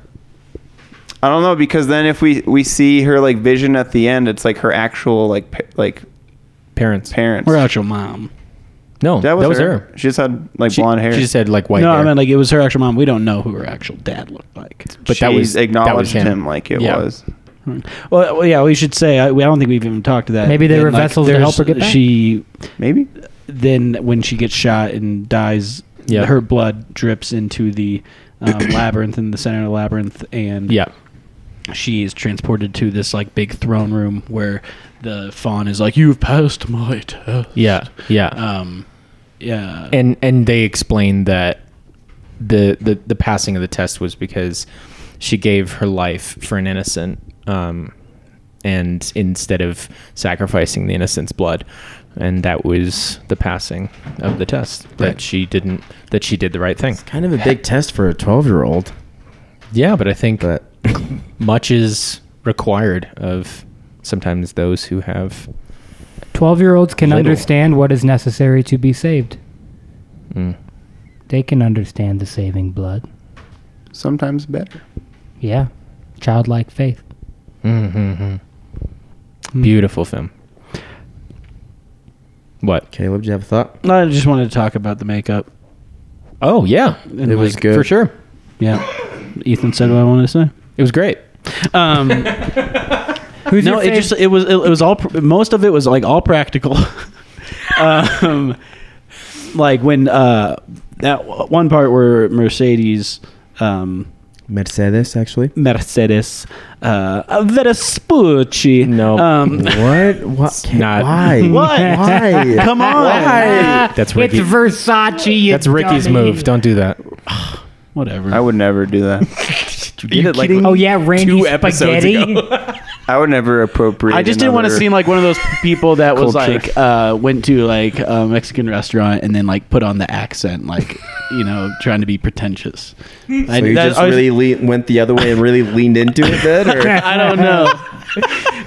Speaker 5: I don't know because then if we we see her like vision at the end, it's like her actual like pa- like
Speaker 2: Parents.
Speaker 5: parents.
Speaker 3: We're out your mom.
Speaker 2: No,
Speaker 5: That was, her. She just had like blonde hair.
Speaker 2: She just had like white
Speaker 3: no,
Speaker 2: hair.
Speaker 3: I mean like it was her actual mom. We don't know who her actual dad looked like.
Speaker 2: but that
Speaker 5: She
Speaker 2: was that was
Speaker 5: acknowledged
Speaker 2: him.
Speaker 5: him. like it
Speaker 2: Yeah.
Speaker 5: was.
Speaker 3: Well, well, yeah, we should say I, we, I don't think we've even talked to that.
Speaker 6: Maybe they
Speaker 3: Then,
Speaker 6: were vessels to help
Speaker 3: there's-
Speaker 6: her get back?
Speaker 3: She
Speaker 5: Maybe
Speaker 3: then when she gets shot and dies,
Speaker 2: Yeah.
Speaker 3: her blood drips into the
Speaker 2: (clears throat)
Speaker 3: um, labyrinth in the center of the labyrinth, and
Speaker 2: Yeah.
Speaker 3: she is transported to this like big throne room where the fawn is like, "You've passed my test."
Speaker 2: Yeah. Yeah.
Speaker 3: Um, yeah.
Speaker 2: and and they explained that the, the the passing of the test was because she gave her life for an innocent um and instead of sacrificing the innocent's blood and that was the passing of the test that she didn't that she did the right thing
Speaker 1: Kind of a big test for a twelve year old,
Speaker 2: yeah but i think
Speaker 1: but
Speaker 2: (coughs) much is required of sometimes those who have
Speaker 6: 12 year olds can
Speaker 2: Little.
Speaker 6: understand what is necessary to be saved.
Speaker 2: mm,
Speaker 6: They can understand the saving blood.
Speaker 5: sometimes better.
Speaker 6: Yeah. Childlike faith.
Speaker 2: mm-hmm.
Speaker 1: Hmm.
Speaker 2: beautiful film what
Speaker 1: Caleb, do you have a thought?
Speaker 3: I just wanted to talk about the makeup.
Speaker 2: Oh yeah,
Speaker 3: And,
Speaker 1: It was
Speaker 3: like,
Speaker 1: good.
Speaker 2: for sure. (coughs)
Speaker 3: Yeah. Ethan said what I wanted to say.
Speaker 2: It was great.
Speaker 1: (laughs)
Speaker 3: Um,
Speaker 6: Who's
Speaker 3: no,
Speaker 6: your
Speaker 3: it
Speaker 6: fav-
Speaker 3: just it was it, it was all pr- most of it was like all practical. (laughs) um, like when uh, that w- one part where Mercedes. Um,
Speaker 1: Mercedes, actually.
Speaker 3: Mercedes uh, Vespucci.
Speaker 1: (laughs)
Speaker 2: No.
Speaker 3: Um,
Speaker 1: What? What? Can't-
Speaker 2: not-
Speaker 1: Why?
Speaker 3: What?
Speaker 1: Why?
Speaker 3: come on.
Speaker 6: Ah,
Speaker 2: That's
Speaker 6: it's
Speaker 2: Ricky-
Speaker 6: Versace. you
Speaker 2: That's Ricky's
Speaker 6: dummy.
Speaker 2: move. Don't do that.
Speaker 3: Whatever.
Speaker 5: I would never do that.
Speaker 1: you
Speaker 5: it like-
Speaker 1: kidding?
Speaker 6: Oh yeah, Randy
Speaker 2: Two episodes
Speaker 6: Spaghetti. (laughs)
Speaker 5: I would never appropriate.
Speaker 3: I just didn't want to
Speaker 5: another-
Speaker 3: seem like one of those people that was
Speaker 5: Culture.
Speaker 3: like uh, went to like a Mexican restaurant and then like put on the accent, like you know, trying to be pretentious. I,
Speaker 1: (laughs) So you
Speaker 3: that-
Speaker 1: just
Speaker 3: I was-
Speaker 1: really lean, went the other way and really leaned into it
Speaker 5: (laughs)
Speaker 1: then? Or?
Speaker 3: I don't know.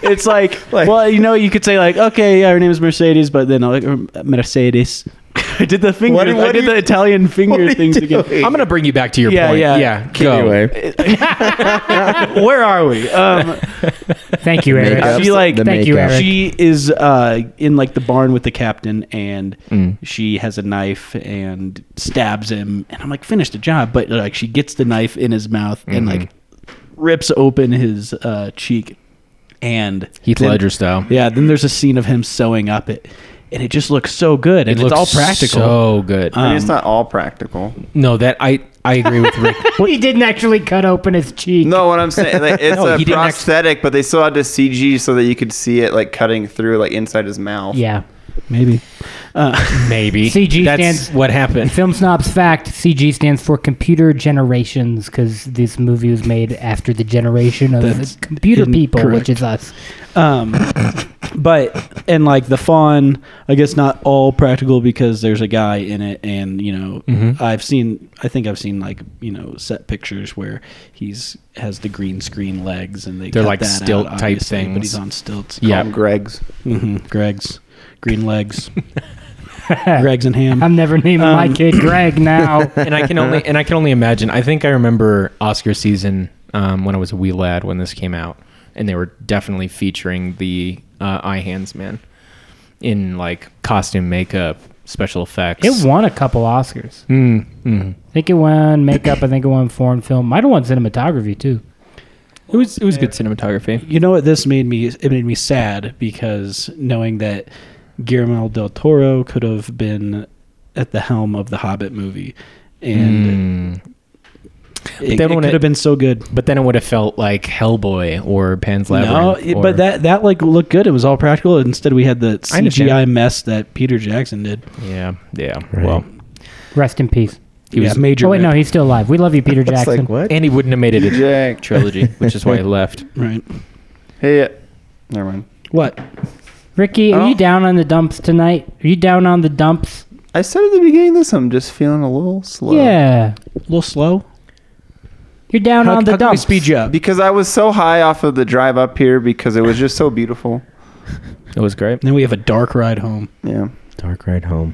Speaker 3: it's like,
Speaker 1: Like-
Speaker 3: well, you know, you could say like, okay, yeah, her name is Mercedes, but then like um, Mercedes. (laughs) I did the finger.
Speaker 1: What- what
Speaker 3: I
Speaker 1: are
Speaker 3: did
Speaker 1: you-
Speaker 3: the Italian finger things again.
Speaker 1: (laughs)
Speaker 2: I'm gonna bring you back to your
Speaker 3: Yeah,
Speaker 2: point.
Speaker 3: yeah.
Speaker 2: yeah. Go.
Speaker 1: Anyway,
Speaker 3: Where are we? Um,
Speaker 6: Thank you, Eric.
Speaker 1: Makeup.
Speaker 3: I feel like
Speaker 1: The
Speaker 6: Thank you,
Speaker 1: makeup.
Speaker 6: Eric.
Speaker 3: she is uh, in like the barn with the captain and
Speaker 2: Mm.
Speaker 3: she has a knife and stabs him and i'm like finish the job but like she gets the knife in his mouth and like
Speaker 1: Mm-hmm.
Speaker 3: rips open his uh, cheek and
Speaker 2: Heath
Speaker 3: then-
Speaker 2: Ledger style.
Speaker 3: yeah then there's a scene of him sewing up it and it just looks so good and
Speaker 2: It
Speaker 3: it's
Speaker 2: looks
Speaker 3: all practical
Speaker 2: So good.
Speaker 5: I mean, it's not all practical.
Speaker 2: no, that I I agree with Rick.
Speaker 6: he didn't actually cut open his cheek.
Speaker 5: No, what I'm saying, like, it's
Speaker 2: No,
Speaker 5: a
Speaker 2: he didn't act-
Speaker 5: prosthetic, but they still had to CG so that you could see it like cutting through like inside his mouth.
Speaker 6: Yeah.
Speaker 3: maybe
Speaker 2: Maybe
Speaker 6: CG
Speaker 2: That's
Speaker 6: stands-
Speaker 2: what
Speaker 6: (laughs)
Speaker 2: happened.
Speaker 6: Film snobs fact: CG stands for computer generations because this movie was made after the generation of
Speaker 3: That's
Speaker 6: computer people,
Speaker 3: incorrect.
Speaker 6: which is us.
Speaker 3: um but and like the fawn i guess not all practical because there's a guy in it and you know
Speaker 2: Mm-hmm.
Speaker 3: i've seen i think i've seen like you know set pictures where he's has the green screen legs and they
Speaker 2: They're
Speaker 3: cut
Speaker 2: like
Speaker 3: that
Speaker 2: stilt
Speaker 3: out,
Speaker 2: type
Speaker 3: obviously, but
Speaker 2: things.
Speaker 3: he's on stilts
Speaker 5: Call
Speaker 2: Yeah.
Speaker 5: him Greg's.
Speaker 3: hmm greg's
Speaker 2: (laughs)
Speaker 3: green legs greg's and ham
Speaker 6: I'm never naming my
Speaker 3: Um,
Speaker 6: kid
Speaker 3: (laughs)
Speaker 6: Greg now.
Speaker 2: and I can only and I can only imagine. I think I remember Oscar season um, when I was a wee lad when this came out, and they were definitely featuring the uh, Eye Hands Man in like costume, makeup, special effects.
Speaker 6: it won a couple Oscars.
Speaker 2: Mm, mm.
Speaker 6: I think it won makeup. I think it won foreign film. Might have won cinematography too.
Speaker 2: It was it was good cinematography.
Speaker 3: you know what this made me it made me sad because knowing that Guillermo del Toro could have been at the helm of the Hobbit movie and it,
Speaker 2: then
Speaker 3: it
Speaker 2: when
Speaker 3: could
Speaker 2: it-
Speaker 3: have been so good.
Speaker 2: But then it would have felt like Hellboy or Pan's
Speaker 3: No,
Speaker 2: Labyrinth.
Speaker 3: it-
Speaker 2: or-
Speaker 3: but that that like looked good. It was all practical. Instead, we had the
Speaker 2: I understand.
Speaker 3: CGI mess that Peter Jackson did.
Speaker 2: yeah yeah well
Speaker 6: Rest in peace.
Speaker 2: he
Speaker 3: yeah,
Speaker 2: was
Speaker 3: major.
Speaker 6: oh wait, no,
Speaker 3: rip.
Speaker 6: he's still alive. We love you,
Speaker 3: (laughs)
Speaker 6: Peter
Speaker 1: It's
Speaker 6: Jackson.
Speaker 1: like, what?
Speaker 2: and he wouldn't have made it a
Speaker 5: Jack.
Speaker 2: trilogy, which is why he left.
Speaker 3: right.
Speaker 5: Hey, uh, never mind.
Speaker 3: What?
Speaker 6: Ricky, are
Speaker 5: Oh.
Speaker 6: you down on the dumps tonight? Are you down on the dumps?
Speaker 5: I said at the beginning of this, I'm just feeling a little slow.
Speaker 6: Yeah,
Speaker 3: A little slow.
Speaker 6: you're down on the
Speaker 3: how can we
Speaker 6: dumps.
Speaker 3: speed you up?
Speaker 5: Because I was so high off of the drive up here because it was just so beautiful.
Speaker 2: It was great.
Speaker 3: Then we have a dark ride home.
Speaker 5: Yeah.
Speaker 1: Dark Ride Home.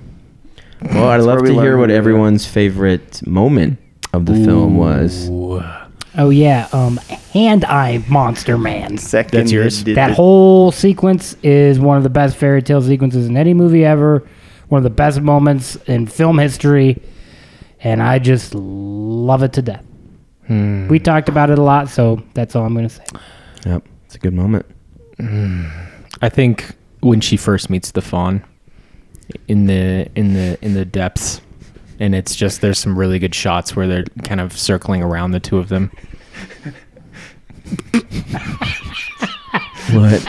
Speaker 1: Well, I'd love
Speaker 5: where we
Speaker 1: to hear
Speaker 5: learn
Speaker 1: what
Speaker 5: to-
Speaker 1: everyone's favorite moment of the film was.
Speaker 6: Oh yeah, um, hand eye monster man.
Speaker 5: Second.
Speaker 2: That's yours?
Speaker 5: did
Speaker 6: That
Speaker 5: the-
Speaker 6: whole sequence is one of the best fairy tale sequences in any movie ever. One of the best moments in film history, and I just love it to death.
Speaker 3: Hmm.
Speaker 6: We talked about it a lot, so that's all I'm gonna say.
Speaker 1: Yep, it's a good moment.
Speaker 2: I think when she first meets the fawn in the in the in the depths and it's just there's some really good shots where they're kind of circling around the two of them.
Speaker 1: What?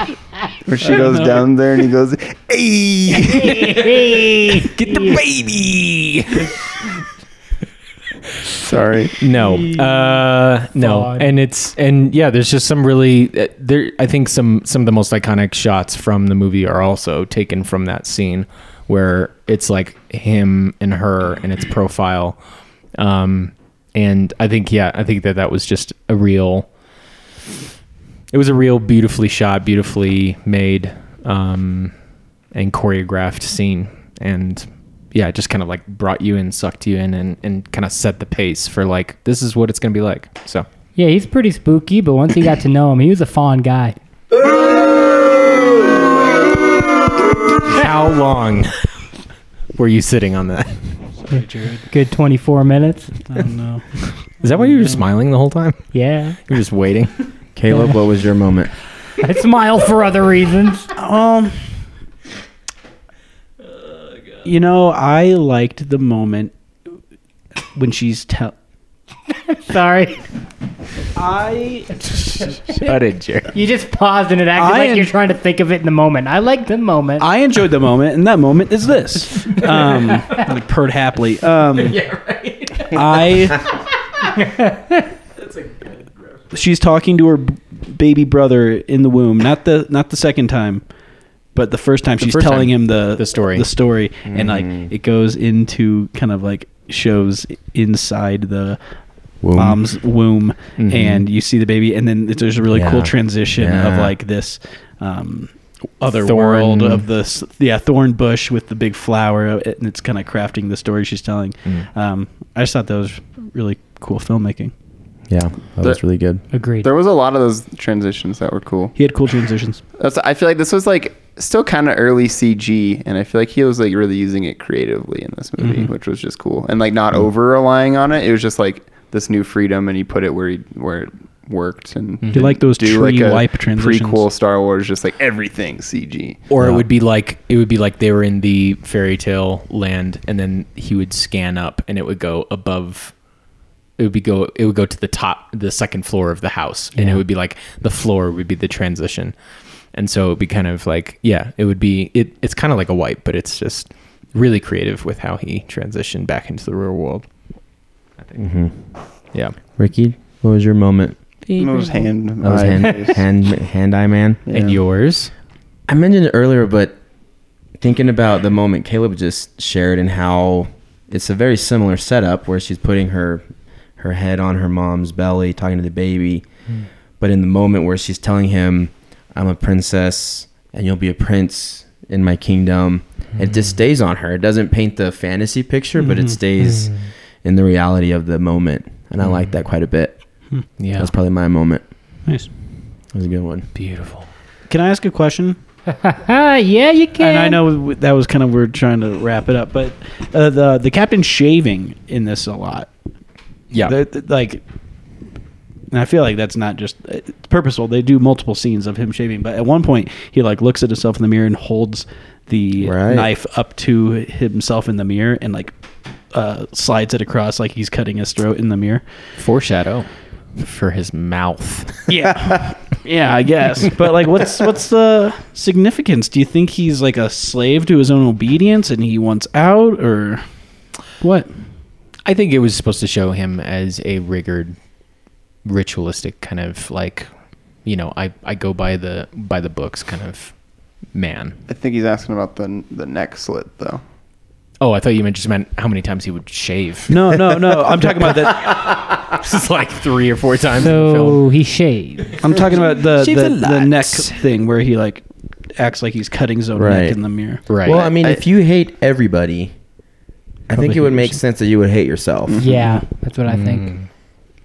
Speaker 5: Where she goes down there and he
Speaker 6: (laughs)
Speaker 5: goes, hey.
Speaker 2: Get the (laughs)
Speaker 6: (laughs)
Speaker 2: baby.
Speaker 5: Sorry.
Speaker 2: No. Uh no.
Speaker 6: Fawn.
Speaker 2: And it's and yeah, there's just some really uh, there I think some some of the most iconic shots from the movie are also taken from that scene where it's like him and her and its profile. Um and I think yeah, I think that that was just a real it was a real beautifully shot, beautifully made, um, and choreographed scene. And yeah, it just kind of like brought you in, sucked you in, and, and kind of set the pace for like, this is what it's going to be like. So
Speaker 6: Yeah, he's pretty spooky, but once he got to know him, he was a fond guy.
Speaker 2: how long were you sitting on that?
Speaker 3: Sorry, Jared.
Speaker 6: Good 24 minutes.
Speaker 3: I don't know.
Speaker 2: Is that why you were smiling the whole time?
Speaker 6: Yeah.
Speaker 2: You're just waiting.
Speaker 1: Caleb, what was your moment?
Speaker 6: I smile for other reasons.
Speaker 3: Um, you know, I liked the moment when she's tell.
Speaker 6: Sorry.
Speaker 3: I
Speaker 2: Shut it, Jared.
Speaker 6: You just paused and it acted
Speaker 3: I
Speaker 6: like
Speaker 3: am-
Speaker 6: you're trying to think of it in the moment. I like the moment.
Speaker 3: I enjoyed the moment, and that moment is (laughs) this. Um, like purred happily. Um, (laughs) yeah, right. (laughs) I. That's a she's talking to her b- baby brother in the womb. Not the not the second time, but the first time she's
Speaker 2: first
Speaker 3: telling
Speaker 2: time.
Speaker 3: him the
Speaker 2: The story.
Speaker 3: The story, and like it goes into kind of like shows inside the.
Speaker 1: Womb.
Speaker 3: Mom's womb,
Speaker 2: Mhm.
Speaker 3: and you see the baby, and then there's a really cool
Speaker 1: Yeah.
Speaker 3: transition of
Speaker 1: Yeah.
Speaker 3: like this um, other
Speaker 2: Thorn-
Speaker 3: world of this yeah thorn bush with the big flower uh, and it's kind of crafting the story she's telling
Speaker 1: Mm.
Speaker 3: um, i just thought that was really cool filmmaking
Speaker 1: Yeah, that was really good.
Speaker 6: Agreed.
Speaker 5: There was a lot of those transitions that were cool.
Speaker 3: he had cool transitions
Speaker 5: That's, I feel like this was like still kind of early CG, and I feel like he was like really using it creatively in this movie, which was just cool, and like not over relying on it. It was just like this new freedom, and he put it where he where it worked, and
Speaker 3: you like those
Speaker 5: do
Speaker 3: tree
Speaker 5: like a
Speaker 3: wipe transitions
Speaker 5: prequel Star Wars, just like everything CG.
Speaker 2: Or it would be like it would be like they were in the fairy tale land, and then he would scan up, and it would go above. It would be go. It would go to the top, the second floor of the house, and it would be like the floor would be the transition, and so it'd be kind of like yeah, it would be it. It's kind of like a wipe, but it's just really creative with how he transitioned back into the real world. I think. Yeah.
Speaker 1: Ricky, what was your moment?
Speaker 5: It was hand.
Speaker 1: That was hand,
Speaker 5: eyes.
Speaker 1: (laughs) hand, hand eye man.
Speaker 2: And yours?
Speaker 1: I mentioned it earlier, but thinking about the moment Caleb just shared and how it's a very similar setup where she's putting her her head on her mom's belly, talking to the baby, but in the moment where she's telling him, "I'm a princess and you'll be a prince in my kingdom," it just stays on her. It doesn't paint the fantasy picture, but it stays in the reality of the moment, and I like that quite a bit.
Speaker 2: Yeah.
Speaker 1: That's probably my moment.
Speaker 3: nice
Speaker 1: It was a good one.
Speaker 2: beautiful.
Speaker 3: can i ask a question
Speaker 6: Ah, yeah, you can.
Speaker 3: and i know w- that was kind of we're trying to wrap it up but uh, the the captain shaving in this a lot
Speaker 2: Yeah.
Speaker 3: They're- they're, like and i feel like that's not just it's purposeful they do multiple scenes of him shaving but at one point he like looks at himself in the mirror and holds the
Speaker 1: Right.
Speaker 3: knife up to himself in the mirror and like uh, slides it across like he's cutting his throat in the mirror
Speaker 2: Foreshadow for his (laughs) mouth.
Speaker 3: yeah (laughs) yeah i guess but like what's what's the significance do you think he's like a slave to his own obedience and he wants out or what
Speaker 2: I think it was supposed to show him as a rigored, ritualistic kind of like, you know, I, I go by the by the books kind of man.
Speaker 5: I think he's asking about the the neck slit though.
Speaker 2: Oh, I thought you meant just meant how many times he would (laughs) shave.
Speaker 3: no no no i'm talking about that
Speaker 2: This is like three or four times in the film.
Speaker 6: So he
Speaker 3: (laughs)
Speaker 6: shaved.
Speaker 3: I'm talking about the
Speaker 2: Shave
Speaker 3: the,
Speaker 2: the
Speaker 3: the neck
Speaker 2: locks.
Speaker 3: thing where he like acts like he's cutting his own
Speaker 1: Right.
Speaker 3: neck in the mirror.
Speaker 2: Right.
Speaker 1: Well, I mean, if you hate everybody, I think
Speaker 3: Probably
Speaker 1: it would
Speaker 3: hate
Speaker 1: make
Speaker 3: yourself.
Speaker 1: sense that you would hate yourself.
Speaker 6: Yeah, that's what I
Speaker 2: Mm.
Speaker 6: think.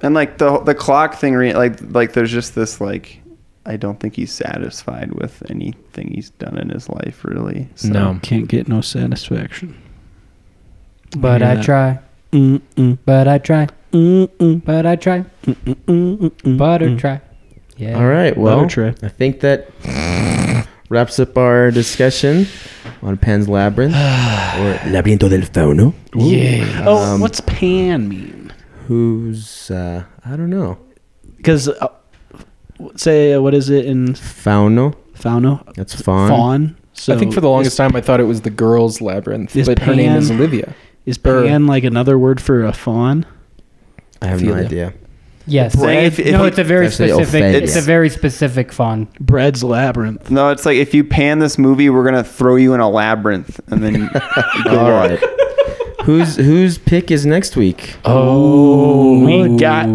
Speaker 5: And like the the clock thing, re- like like there's just this like, I don't think he's satisfied with anything he's done in his life really. So.
Speaker 2: no.
Speaker 3: Can't get no satisfaction.
Speaker 6: But
Speaker 3: Yeah.
Speaker 6: I try.
Speaker 3: Mm mm
Speaker 6: But I try.
Speaker 3: mm mm
Speaker 6: But I try.
Speaker 3: mm mm.
Speaker 6: Butter try. Yeah.
Speaker 1: All right. Well,
Speaker 3: try.
Speaker 1: I think that wraps up our discussion on Pan's Labyrinth or Labyrinto del Fauno.
Speaker 3: Yeah. Oh, what's pan mean?
Speaker 1: um, Who's uh, I don't know.
Speaker 3: Because uh, w- say uh, what is it in
Speaker 1: Fauno.
Speaker 3: Fauno?
Speaker 1: That's fawn.
Speaker 3: Fawn. So
Speaker 8: I think for the longest time I thought it was the girls' labyrinth,
Speaker 3: Is
Speaker 8: but her name
Speaker 3: Pan-
Speaker 8: is Olivia.
Speaker 3: is
Speaker 8: or-
Speaker 3: pan like another word for a fawn?
Speaker 1: I have no
Speaker 8: Ophelia.
Speaker 1: idea.
Speaker 6: Yes.
Speaker 5: Saying if- if
Speaker 6: no,
Speaker 5: he-
Speaker 6: it's a very
Speaker 1: That's the
Speaker 6: specific.
Speaker 1: offense.
Speaker 6: It's a very specific font.
Speaker 3: Bread's labyrinth.
Speaker 5: No, it's like if you pan this movie, we're gonna throw you in a labyrinth, and then good
Speaker 1: All
Speaker 5: luck.
Speaker 1: right. Who's (laughs) whose pick is next week?
Speaker 2: Oh,
Speaker 5: we got-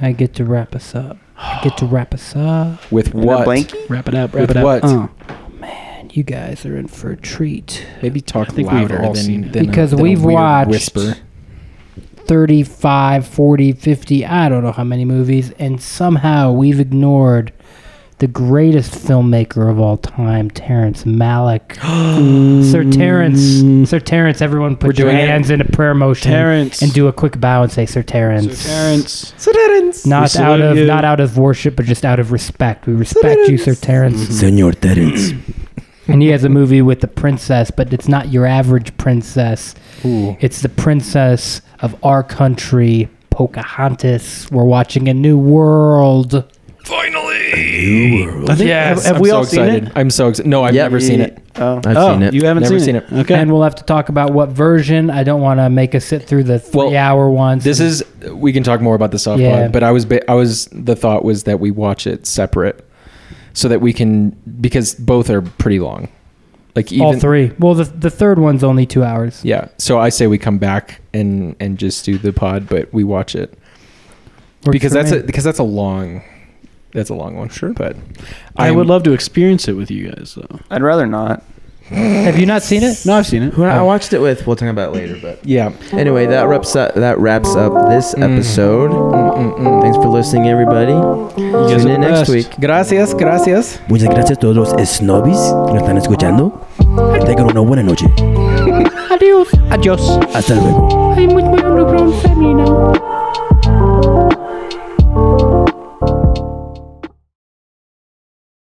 Speaker 6: I get to wrap us up. I get to wrap us up.
Speaker 8: With
Speaker 5: And
Speaker 8: what?
Speaker 5: A blankie?
Speaker 3: Wrap it up. Wrap
Speaker 8: With
Speaker 3: it up.
Speaker 8: what?
Speaker 3: Uh.
Speaker 6: And you guys are in for a treat.
Speaker 8: Maybe talk
Speaker 3: I think we've
Speaker 8: louder
Speaker 3: all
Speaker 8: than,
Speaker 3: seen it.
Speaker 8: than a-
Speaker 6: Because
Speaker 8: than a
Speaker 6: we've
Speaker 8: weird
Speaker 6: watched-
Speaker 8: whisper.
Speaker 6: 35, 40, 50, I don't know how many movies, and somehow we've ignored the greatest filmmaker of all time, Terrence Malick.
Speaker 3: Uh.
Speaker 6: (gasps) Sir Terrence, Sir Terrence, everyone put your
Speaker 2: Mm. doing it.
Speaker 6: hands in a prayer motion
Speaker 3: Terrence.
Speaker 6: and do a quick bow and say Sir Terrence.
Speaker 3: Terrence.
Speaker 6: Not
Speaker 3: salute
Speaker 6: out of
Speaker 3: you.
Speaker 6: not out of worship, but just out of respect. We respect you, Sir Terrence.
Speaker 1: Senor Terrence.
Speaker 2: Mm-hmm.
Speaker 6: and he has a movie with the princess, but it's not your average princess. It's the princess of our country, Pocahontas. We're watching a new world.
Speaker 3: I think,
Speaker 2: Yes,
Speaker 3: have, have we
Speaker 2: I'm
Speaker 3: all
Speaker 2: so
Speaker 3: seen
Speaker 2: excited.
Speaker 3: it?
Speaker 2: I'm so excited. No, I've
Speaker 1: Yeah,
Speaker 2: never
Speaker 1: we-
Speaker 2: seen it.
Speaker 5: Oh.
Speaker 1: I've
Speaker 3: oh,
Speaker 1: seen it.
Speaker 3: you haven't
Speaker 2: Never
Speaker 3: seen,
Speaker 2: seen
Speaker 3: it.
Speaker 2: it.
Speaker 3: Okay.
Speaker 6: And we'll have to talk about what version. I don't want to make us sit through the
Speaker 2: Well,
Speaker 6: three-hour ones.
Speaker 2: This is we can talk more about the soft
Speaker 6: Yeah.
Speaker 2: pod, but I was ba- I was the thought was that we watch it separate so that we can because both are pretty long. Like even
Speaker 6: all three. Well, the the third one's only two hours.
Speaker 2: Yeah. So I say we come back and and just do the pod, but we watch it
Speaker 6: Works
Speaker 2: because
Speaker 6: for
Speaker 2: that's
Speaker 6: me.
Speaker 2: a, because that's a long that's a long one. Sure, but
Speaker 3: I
Speaker 2: I'm-
Speaker 3: would love to experience it with you guys, though.
Speaker 5: I'd rather not.
Speaker 6: Have you not seen it?
Speaker 3: No, I've seen it.
Speaker 1: Who I I watched it with, we'll talk about it later. But
Speaker 2: yeah.
Speaker 1: anyway, that wraps up, that wraps up this episode.
Speaker 2: Mm-mm-mm.
Speaker 1: Thanks for listening, everybody.
Speaker 3: guys
Speaker 1: Tune
Speaker 3: are
Speaker 1: in
Speaker 3: the
Speaker 1: next
Speaker 3: best.
Speaker 1: week.
Speaker 2: Gracias, gracias.
Speaker 9: Muchas gracias a todos los snobbies que nos están escuchando. Tengan una buena noche.
Speaker 4: Adios.
Speaker 9: Hasta luego.
Speaker 4: I'm with my underground family.